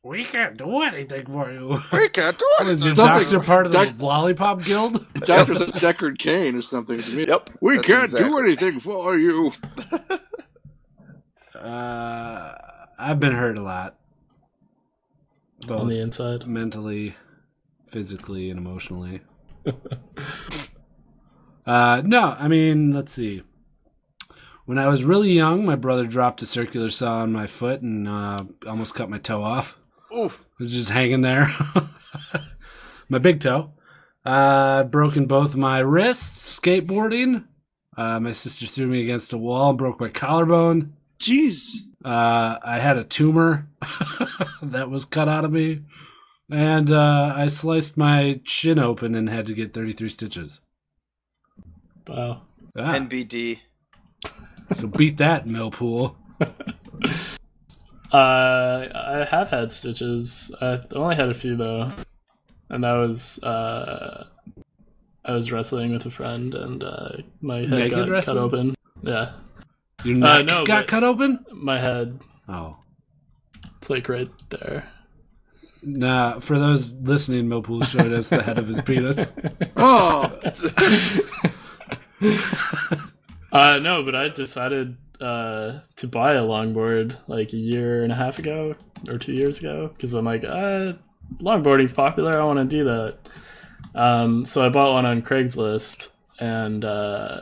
Speaker 6: We can't do anything for you.
Speaker 4: We can't do
Speaker 6: Was your
Speaker 4: anything.
Speaker 2: Something-
Speaker 6: doctor part of
Speaker 2: doc-
Speaker 6: the lollipop guild?
Speaker 2: Doctor says Deckard Kane or something to me.
Speaker 4: Yep,
Speaker 2: We
Speaker 4: that's
Speaker 2: can't do
Speaker 4: exactly-
Speaker 2: anything for you.
Speaker 6: Uh, I've been hurt a lot,
Speaker 3: on the
Speaker 6: both
Speaker 3: inside.
Speaker 6: mentally, physically, and emotionally. uh, no, I mean, let's see. When I was really young, my brother dropped a circular saw on my foot and uh, almost cut my toe off.
Speaker 4: Oof.
Speaker 6: It was just hanging there, my big toe. Uh, broken both my wrists skateboarding. Uh, my sister threw me against a wall, and broke my collarbone.
Speaker 2: Jeez.
Speaker 6: Uh, I had a tumor that was cut out of me, and uh, I sliced my chin open and had to get 33 stitches.
Speaker 3: Wow.
Speaker 6: Ah,
Speaker 4: NBD.
Speaker 6: so beat that, Millpool.
Speaker 3: Uh, I have had stitches. I only had a few though, and that was uh, I was wrestling with a friend, and uh, my head
Speaker 6: Naked
Speaker 3: got
Speaker 6: wrestling?
Speaker 3: cut open. Yeah,
Speaker 6: Your neck
Speaker 3: Uh, no,
Speaker 6: got
Speaker 3: but-
Speaker 6: cut open.
Speaker 3: my head,
Speaker 6: Oh,
Speaker 3: it's like right there.
Speaker 6: nah. For those listening, Millpool showed us the head of his penis.
Speaker 2: Oh,
Speaker 3: Uh, no, but I decided uh, to buy a longboard like a year and a half ago or two years ago because I'm like, uh, longboarding's popular. I want to do that. Um, so I bought one on Craigslist, and uh,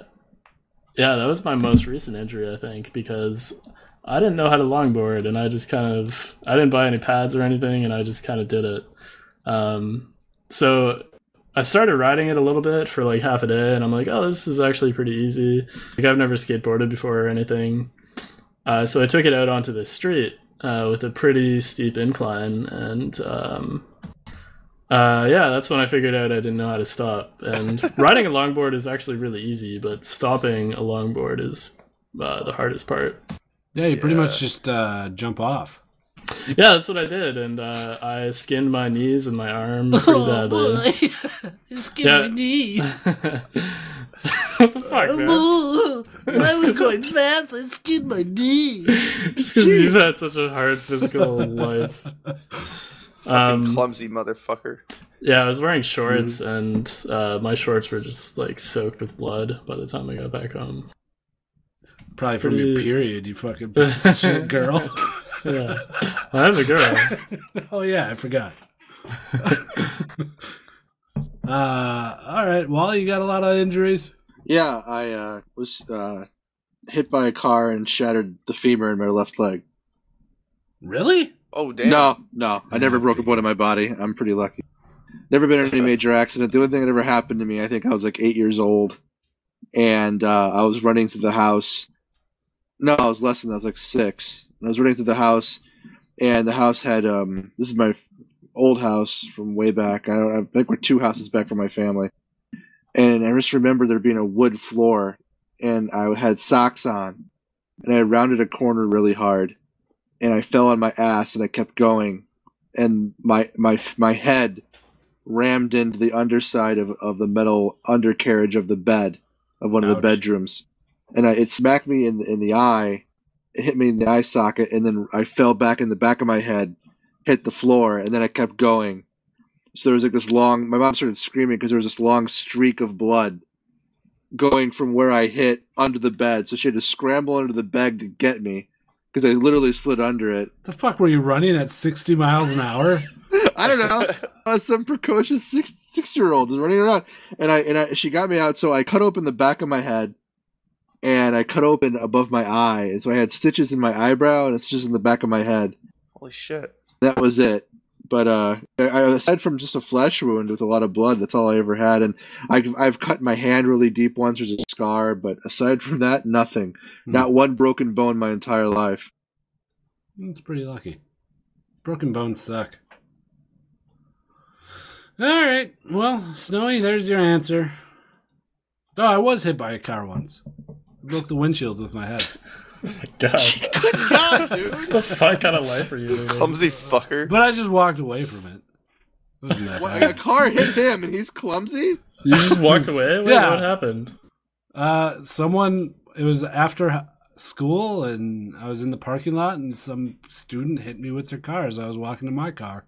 Speaker 3: yeah, that was my most recent injury, I think, because I didn't know how to longboard, and I just kind of I didn't buy any pads or anything, and I just kind of did it. Um, so I started riding it a little bit for like half a day, and I'm like, oh, this is actually pretty easy. Like I've never skateboarded before or anything, uh, so I took it out onto the street uh, with a pretty steep incline, and um, uh, yeah, that's when I figured out I didn't know how to stop. And riding a longboard is actually really easy, but stopping a longboard is uh, the hardest part.
Speaker 6: Yeah, you pretty much just uh, jump off.
Speaker 3: Yeah, that's what I did, and uh, I skinned my knees and my arm pretty
Speaker 6: Oh,
Speaker 3: badly.
Speaker 5: Oh, Skin
Speaker 3: Yeah.
Speaker 5: my knees.
Speaker 3: what the
Speaker 6: Oh,
Speaker 3: fuck, man?
Speaker 5: Oh, I was going fast. I skinned my knees.
Speaker 3: Just 'cause you've had such a hard physical life.
Speaker 4: Fucking
Speaker 3: Um,
Speaker 4: clumsy motherfucker.
Speaker 3: Yeah, I was wearing shorts, and uh, my shorts were just like soaked with blood by the time I got back home.
Speaker 6: Probably
Speaker 3: It's
Speaker 6: from your
Speaker 3: pretty-
Speaker 6: period, you fucking piece of shit girl.
Speaker 3: Yeah, I'm a girl.
Speaker 6: oh yeah, I forgot. uh, all right, Wally, you got a lot of injuries.
Speaker 2: Yeah, I uh, was uh, hit by a car and shattered the femur in my left leg.
Speaker 6: Really?
Speaker 4: Oh damn.
Speaker 2: No, no, I never broke a bone in my body. I'm pretty lucky. Never been in any major accident. The only thing that ever happened to me, I think I was like eight years old, and uh, I was running through the house. No, I was less than that. I was like six. And I was running through the house, and the house had um. This is my f- old house from way back. I don't. I think we're two houses back from my family, and I just remember there being a wood floor, and I had socks on, and I rounded a corner really hard, and I fell on my ass and I kept going, and my my my head rammed into the underside of, of the metal undercarriage of the bed of one of the
Speaker 6: Ouch.
Speaker 2: bedrooms, and I, it smacked me in in the eye, it hit me in the eye socket, and then I fell back in the back of my head, hit the floor, and then I kept going. So there was like this long. My mom started screaming because there was this long streak of blood going from where I hit under the bed. So she had to scramble under the bed to get me because I literally slid under it.
Speaker 6: The fuck were you running at sixty miles an hour?
Speaker 2: I don't know. I was some precocious six six year old just running around, and I and I, she got me out. So I cut open the back of my head, and I cut open above my eye. And so I had stitches in my eyebrow and stitches in the back of my head.
Speaker 4: Holy shit.
Speaker 2: that was it. But uh, I- I- aside from just a flesh wound with a lot of blood, that's all I ever had. And I've, I've cut my hand really deep once. There's a scar, but aside from that, nothing.
Speaker 6: Hmm.
Speaker 2: Not one broken bone my entire life.
Speaker 6: That's pretty lucky. Broken bones suck. All right, well, Snowy, there's your answer. Oh, I was hit by a car once. I broke the windshield with my head.
Speaker 3: God. What the fuck kind of life are you living?
Speaker 4: Clumsy fucker.
Speaker 6: But I just walked away from it. Wasn't that
Speaker 2: What,
Speaker 6: bad.
Speaker 2: a car hit him, and he's clumsy.
Speaker 3: You just walked away? What,
Speaker 6: Yeah.
Speaker 3: what happened?
Speaker 6: Uh, someone. It was after h- school, and I was in the parking lot, and some student hit me with their car as I was walking to my car,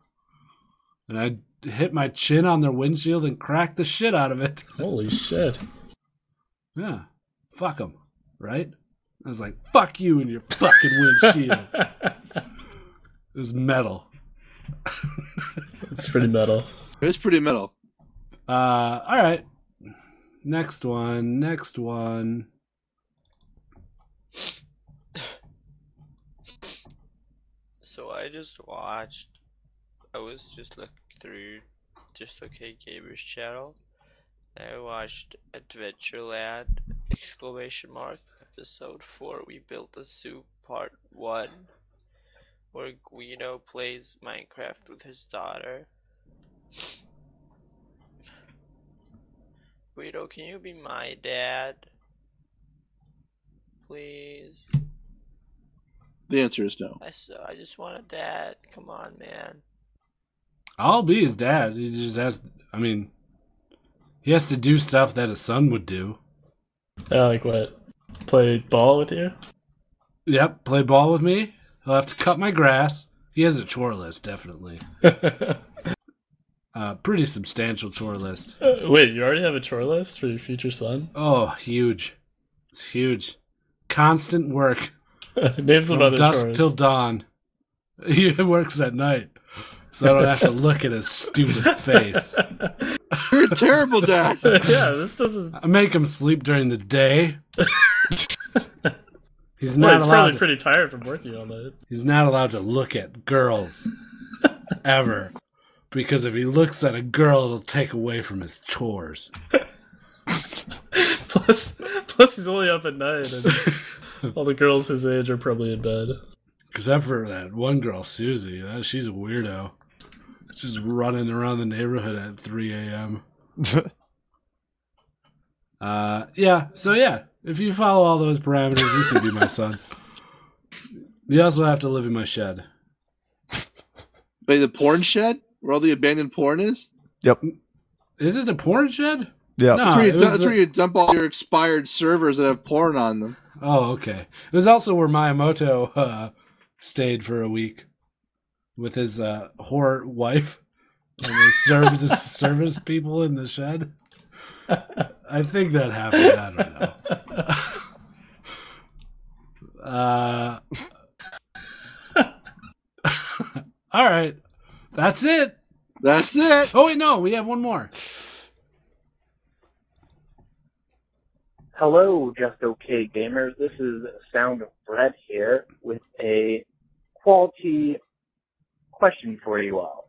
Speaker 6: and I hit my chin on their windshield and cracked the shit out of it.
Speaker 3: Holy shit.
Speaker 6: Yeah, fuck them, right? I was like, "Fuck you and your fucking windshield." it was metal.
Speaker 3: It's pretty metal.
Speaker 2: It was pretty metal.
Speaker 6: Uh, all right. Next one. Next one.
Speaker 10: So I just watched. I was just looking through Just Okay Gamer's channel. and I watched Adventureland! Exclamation mark Episode Four. We built a zoo. Part One, where Guido plays Minecraft with his daughter. Guido, can you be my dad, please?
Speaker 2: The answer is no.
Speaker 10: I, s- I just want a dad. Come on, man.
Speaker 6: I'll be his dad. He just has. I mean, he has to do stuff that a son would do.
Speaker 3: Yeah, Uh, like what? Play ball with you?
Speaker 6: Yep, play ball with me. He'll have to cut my grass. He has a chore list, definitely. Uh, pretty substantial chore list.
Speaker 3: Wait, you already have a chore list for your future son?
Speaker 6: Oh, huge! It's huge. Constant work
Speaker 3: Name some
Speaker 6: from
Speaker 3: other
Speaker 6: dusk
Speaker 3: chores.
Speaker 6: till dawn. He works at night. so I don't have to look at his stupid face.
Speaker 2: You're a terrible dad.
Speaker 3: yeah, this doesn't.
Speaker 6: I make him sleep during the day. He's
Speaker 3: Well,
Speaker 6: not
Speaker 3: he's
Speaker 6: allowed.
Speaker 3: probably
Speaker 6: to-
Speaker 3: pretty tired from working all night.
Speaker 6: He's not allowed to look at girls ever because if he looks at a girl, it'll take away from his chores.
Speaker 3: plus, plus he's only up at night, and all the girls his age are probably in bed.
Speaker 6: Except for that one girl, Susie. That, she's a weirdo. She's running around the neighborhood at 3 a.m. uh, yeah, so yeah, if you follow all those parameters, you can be my son. You also have to live in my shed.
Speaker 2: Wait, the porn shed where all the abandoned porn is?
Speaker 6: Is it a porn shed?
Speaker 7: Yeah.
Speaker 6: No,
Speaker 2: That's, where, you
Speaker 6: Ah, it
Speaker 2: du-
Speaker 6: was
Speaker 2: that's
Speaker 6: the-
Speaker 2: where you dump all your expired servers that have porn on them.
Speaker 6: Oh, okay. It was also where Miyamoto uh, stayed for a week with his uh, whore wife and they served as service people in the shed. I think that happened. I don't know. uh, Uh, all right. That's it.
Speaker 2: That's it.
Speaker 6: Oh, wait, no. We have one more.
Speaker 8: Hello, Just Okay Gamers. This is Sound of Brett here with a quality question for you all.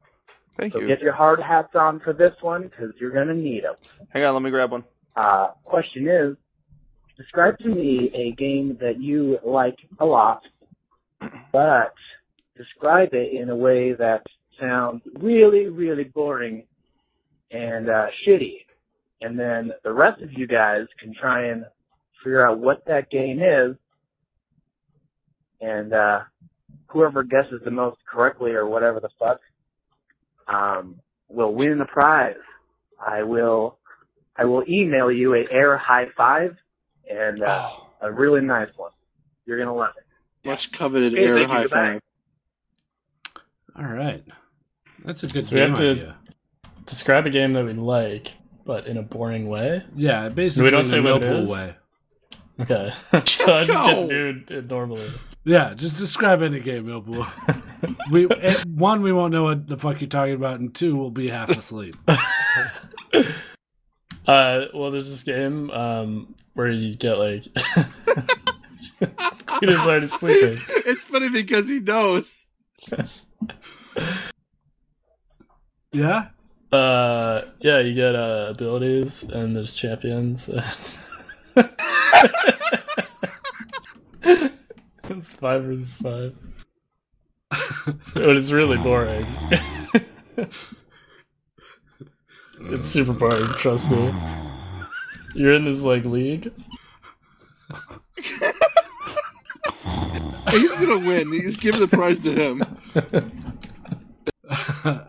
Speaker 4: Thank
Speaker 8: So
Speaker 4: you.
Speaker 8: get your hard hats on for this one because you're going to need them.
Speaker 4: Hang on, let me grab one.
Speaker 8: Uh, question is, describe to me a game that you like a lot, but describe it in a way that sounds really, really boring and uh, shitty. And then the rest of you guys can try and figure out what that game is. And uh, whoever guesses the most correctly or whatever the fuck um, will win the prize. I will I will email you a air high five and uh, a really nice one. You're gonna love it.
Speaker 2: Much coveted
Speaker 8: Okay,
Speaker 2: air
Speaker 8: thank you.
Speaker 2: high
Speaker 8: Goodbye.
Speaker 2: five.
Speaker 6: All right. That's a good
Speaker 3: So we
Speaker 6: game
Speaker 3: have to-
Speaker 6: idea.
Speaker 3: Describe a game that we like, but in a boring way.
Speaker 6: Yeah, basically
Speaker 3: don't
Speaker 6: the
Speaker 3: say what it
Speaker 6: Millpool
Speaker 3: is?
Speaker 6: way.
Speaker 3: Okay, so I just get
Speaker 2: No.
Speaker 3: to do it normally.
Speaker 6: Yeah, just describe any game, Millpool. we eh, one, we won't know what the fuck you're talking about, and two, we'll be half asleep.
Speaker 3: Uh, well, there's this game um, where you get like. Peter's already sleeping.
Speaker 2: It's funny because he knows.
Speaker 6: yeah,
Speaker 3: Uh, yeah, you get uh, abilities, and there's champions. and- it's five versus five. but it's really boring. it's super boring. Trust me. You're in this like league.
Speaker 2: He's gonna win. You just give the prize to him.
Speaker 6: all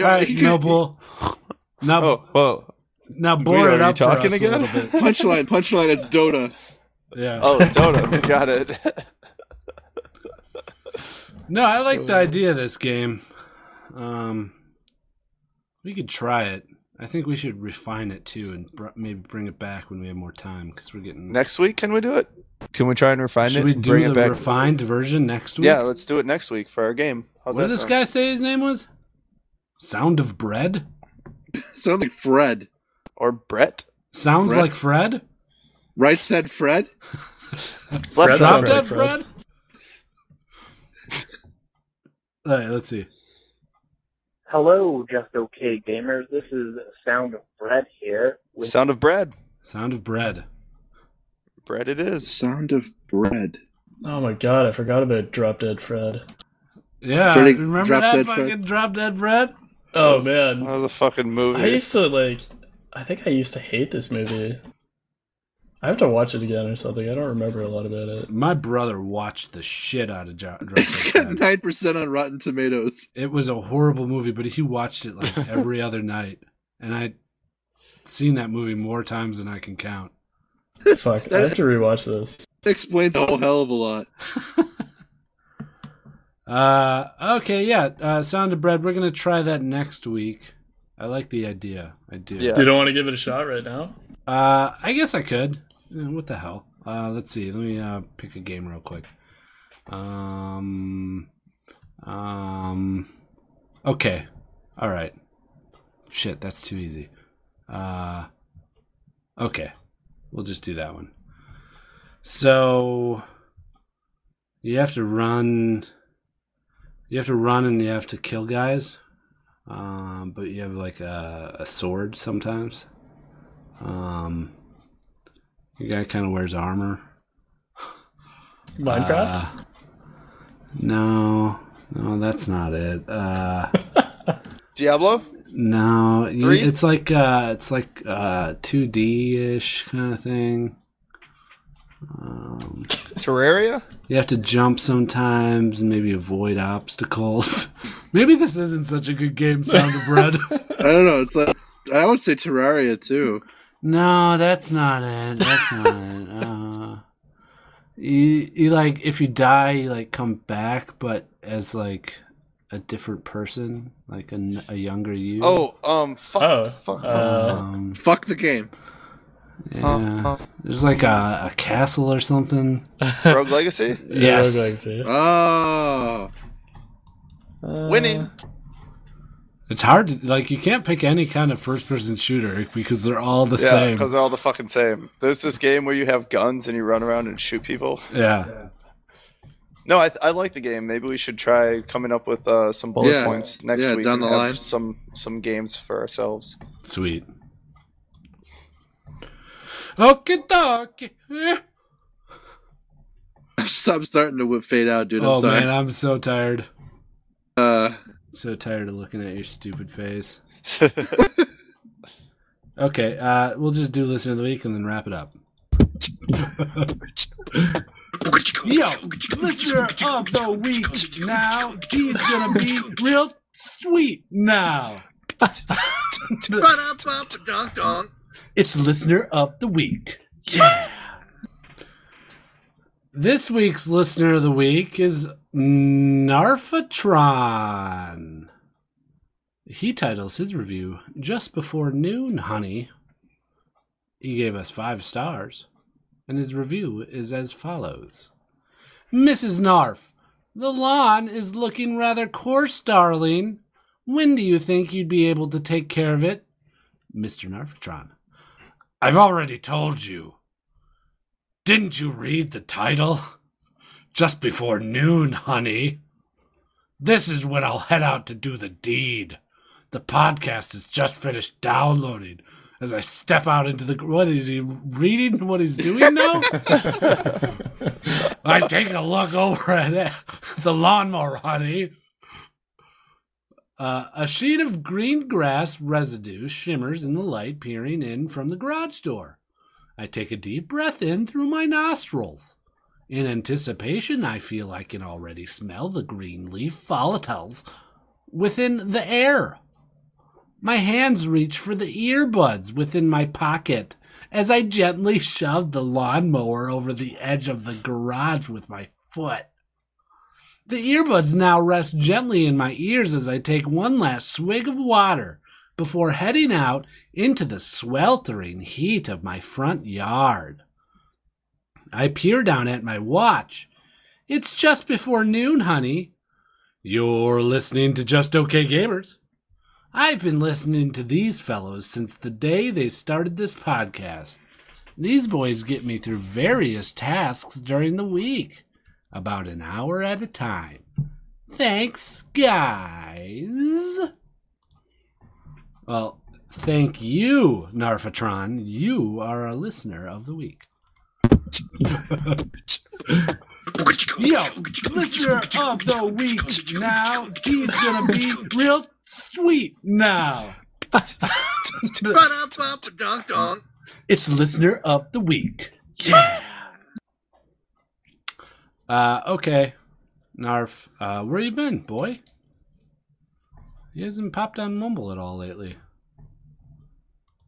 Speaker 6: right, Millpool. Now,
Speaker 7: Oh, well,
Speaker 6: now,
Speaker 7: Guido,
Speaker 6: bore
Speaker 7: are
Speaker 6: it
Speaker 7: you
Speaker 6: up
Speaker 7: talking
Speaker 6: for us
Speaker 7: again?
Speaker 6: a little bit.
Speaker 2: Punchline, punchline. It's Dota.
Speaker 6: Yeah.
Speaker 4: Oh, Dota, got it.
Speaker 6: No, I like the idea of this game. Um, we could try it. I think we should refine it too, and br- maybe bring it back when we have more time because we're getting.
Speaker 4: next week, can we do it?
Speaker 7: can we try and refine
Speaker 6: should
Speaker 7: it?
Speaker 6: we
Speaker 7: and
Speaker 6: do the refined version next week?
Speaker 4: Yeah, let's do it next week for our game. How's
Speaker 6: What did
Speaker 4: that
Speaker 6: this
Speaker 4: sound?
Speaker 6: guy say his name was? Sound of Bread?
Speaker 2: Sounds like Fred.
Speaker 4: Or Brett?
Speaker 6: Sounds
Speaker 2: Bread.
Speaker 6: like Fred?
Speaker 2: Right said Fred.
Speaker 4: Left
Speaker 3: Brett
Speaker 6: Sound
Speaker 3: sounds
Speaker 4: side.
Speaker 3: like
Speaker 6: of Fred? All right, let's see.
Speaker 8: Hello, Just Okay Gamers. This is Sound of Brett here with
Speaker 4: Sound of bread.
Speaker 6: Sound of Bread.
Speaker 4: Bread it is.
Speaker 2: Sound of bread.
Speaker 3: Oh my god, I forgot about Drop Dead Fred.
Speaker 6: Yeah,
Speaker 2: Pretty
Speaker 6: remember
Speaker 2: Drop
Speaker 6: that
Speaker 2: Dead Fred?
Speaker 6: fucking Drop Dead Bread?
Speaker 3: Oh
Speaker 4: That
Speaker 3: man,
Speaker 4: was a fucking movie.
Speaker 3: I used to like. I think I used to hate this movie. I have to watch it again or something. I don't remember a lot about it.
Speaker 6: My brother watched the shit out of Dro- Drop
Speaker 2: It's
Speaker 6: Dead
Speaker 2: got
Speaker 6: Fred.
Speaker 2: nine percent on Rotten Tomatoes.
Speaker 6: It was a horrible movie, but he watched it like every other night. And I seen that movie more times than I can count.
Speaker 3: Fuck, I have to rewatch this.
Speaker 2: Explains a whole hell of a lot.
Speaker 6: Uh, okay, yeah. Uh, Sound of Bread. We're gonna try that next week. I like the idea. I do.
Speaker 4: Yeah.
Speaker 3: You don't want to give it a shot right now?
Speaker 6: Uh, I guess I could. Yeah, what the hell? Uh, let's see. Let me uh, pick a game real quick. Um, um, Okay. All right. Shit, that's too easy. Uh, okay. We'll just do that one. So you have to run. You have to run and you have to kill guys. Um, but you have like a, a sword sometimes. Um, your guy kind of wears armor.
Speaker 3: Minecraft?
Speaker 6: Uh, no, no, that's not it. Uh,
Speaker 4: Diablo?
Speaker 6: no, you-
Speaker 4: Three?
Speaker 6: it's like uh, it's like uh, 2D ish kind of thing. Um,
Speaker 4: Terraria?
Speaker 6: you have to jump sometimes and maybe avoid obstacles. maybe this isn't such a good game, Sound of Bread.
Speaker 2: I don't know. It's like I would say Terraria too.
Speaker 6: No, that's not it. That's not it. Uh, you, you like if you die, you like come back, but as like a different person, like a, n- a younger you.
Speaker 4: Oh, um, fuck,
Speaker 3: Oh,
Speaker 4: fuck, fuck,
Speaker 3: uh,
Speaker 6: um,
Speaker 2: Fuck the game.
Speaker 6: yeah. There's like a, a castle or something.
Speaker 4: fuck. Rogue Legacy?
Speaker 6: Yes.
Speaker 3: Rogue Legacy.
Speaker 2: Oh,
Speaker 3: Uh,
Speaker 4: Winning.
Speaker 6: It's hard. To, like you can't pick any kind of first-person shooter because they're all the
Speaker 4: Yeah,
Speaker 6: same.
Speaker 4: because they're all the fucking same. There's this game where you have guns and you run around and shoot people.
Speaker 6: Yeah.
Speaker 4: No, I, I like the game. Maybe we should try coming up with uh, some bullet
Speaker 2: Yeah.
Speaker 4: points next
Speaker 2: Yeah,
Speaker 4: week.
Speaker 2: down
Speaker 4: and
Speaker 2: the
Speaker 4: have
Speaker 2: line.
Speaker 4: some some games for ourselves.
Speaker 6: Sweet. Okie dokie. Eh.
Speaker 2: I'm starting to whip fade out, dude. I'm
Speaker 6: Oh
Speaker 2: sorry.
Speaker 6: man, I'm so tired.
Speaker 2: Uh,
Speaker 6: So tired of looking at your stupid face. Okay, uh, we'll just do listen of the week and then wrap it up. Yo, listener of the week now. He's gonna be real sweet now. it's listener of the week. Yeah. This week's listener of the week is Narfatron. He titles his review Just Before Noon, Honey. He gave us five stars, and his review is as follows Mrs. Narf, the lawn is looking rather coarse, darling. When do you think you'd be able to take care of it? Mr. Narfatron, I've already told you. Didn't you read the title? Just before noon, honey. This is when I'll head out to do the deed. The podcast is just finished downloading as I step out into the. What is he reading? What he's doing now? I take a look over at it. the lawnmower, honey. Uh, a sheet of green grass residue shimmers in the light peering in from the garage door. I take a deep breath in through my nostrils. In anticipation, I feel I can already smell the green leaf volatiles within the air. My hands reach for the earbuds within my pocket as I gently shove the lawnmower over the edge of the garage with my foot. The earbuds now rest gently in my ears as I take one last swig of water before heading out into the sweltering heat of my front yard. I peer down at my watch. It's just before noon, honey. You're listening to Just Okay Gamers. I've been listening to these fellows since the day they started this podcast. These boys get me through various tasks during the week, about an hour at a time. Thanks, guys. Well, thank you, Narfatron. You are a listener of the week. Yo, listener of the week now. He's gonna be real sweet now. it's listener of the week. Yeah. Uh, okay, Narf, uh, where you been, boy? He hasn't popped on Mumble at all lately.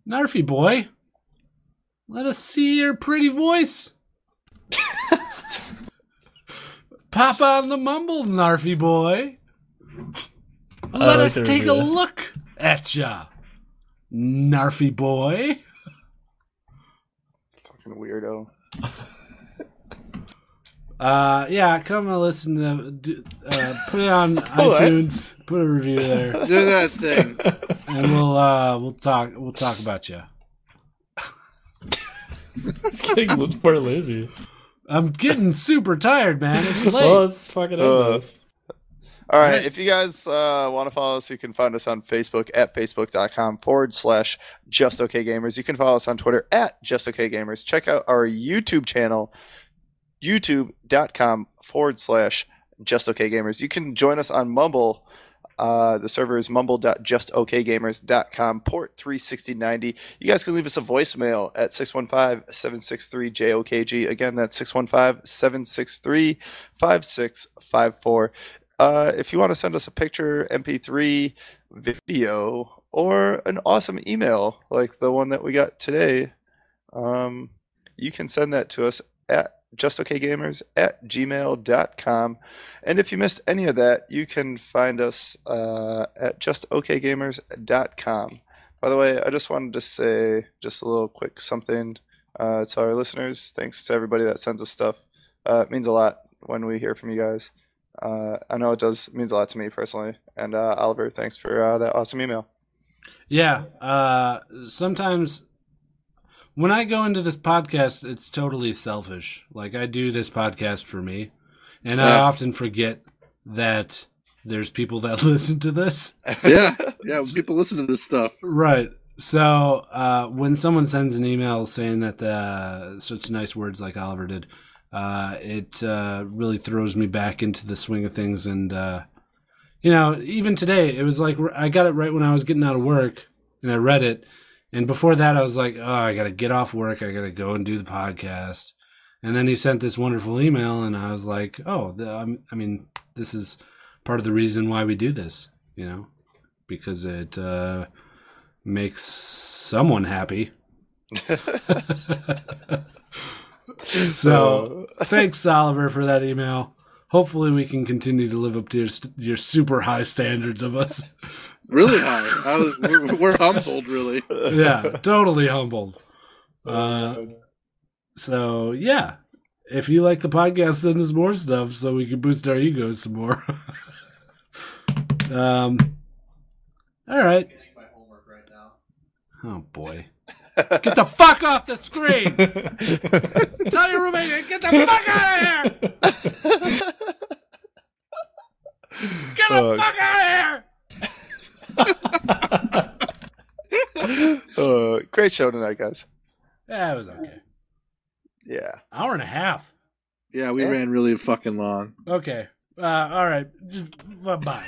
Speaker 6: Narfy boy, let us see your pretty voice. Pop on the mumble, Narfy boy.
Speaker 3: I
Speaker 6: Let
Speaker 3: like
Speaker 6: us
Speaker 3: the
Speaker 6: take a
Speaker 3: review.
Speaker 6: look at ya, Narfy boy.
Speaker 4: Fucking weirdo.
Speaker 6: Uh, yeah, come and listen to. do- Uh, put it on iTunes. Put a review there,
Speaker 2: Do that thing.
Speaker 6: and we'll uh, we'll talk. We'll talk about you.
Speaker 3: It's getting much more lazy.
Speaker 6: I'm getting super tired, man. It's late.
Speaker 3: Well, it's fucking
Speaker 4: Uh,
Speaker 3: endless.
Speaker 4: All right. If you guys uh, want to follow us, you can find us on Facebook at facebook.com forward slash just okay gamers. You can follow us on Twitter at just okay gamers. Check out our YouTube channel, youtube.com forward slash just okay gamers. You can join us on Mumble. Uh, the server is mumble.justokgamers.com, port 36090. You guys can leave us a voicemail at 615 763 JOKG. Again, that's 615 763 5654 uh, if you want to send us a picture, MP3, video, or an awesome email like the one that we got today, um, you can send that to us at justokgamers at gmail.com. And if you missed any of that, you can find us uh, at justokgamers.com. By the way, I just wanted to say just a little quick something uh, to our listeners. Thanks to everybody that sends us stuff. Uh, it means a lot when we hear from you guys. Uh, I know it does means a lot to me personally. And uh, Oliver, thanks for uh, that awesome email.
Speaker 6: Yeah. Uh, sometimes when I go into this podcast, it's totally selfish. Like I do this podcast for me, and I
Speaker 4: Yeah.
Speaker 6: often forget that there's people that listen to this.
Speaker 2: Yeah, yeah. People listen to this stuff.
Speaker 6: Right. So uh, when someone sends an email saying that uh, such nice words like Oliver did, uh, it uh, really throws me back into the swing of things. And uh, you know, even today, it was like I got it right when I was getting out of work, and I read it. And before that, I was like, oh, I got to get off work. I got to go and do the podcast. And then he sent this wonderful email, and I was like, oh, the, I'm, I mean, this is part of the reason why we do this, you know, because it. Uh, makes someone happy. so thanks, Oliver, for that email. Hopefully, we can continue to live up to your, st- your super high standards of us.
Speaker 2: Really high. I was, we're, we're humbled, really.
Speaker 6: yeah, totally humbled. Uh, so yeah, if you like the podcast, send us more stuff so we can boost our egos some more. um, all right. Oh boy. Get the fuck off the screen! Tell your roommate, get the fuck out of here! Get the
Speaker 4: Uh,
Speaker 6: fuck out of here!
Speaker 4: uh, great show tonight, guys.
Speaker 6: Yeah, it was okay.
Speaker 4: Yeah.
Speaker 6: Hour and a half.
Speaker 2: Yeah, we ran really fucking long.
Speaker 6: Okay. Uh, all right. Just, bye.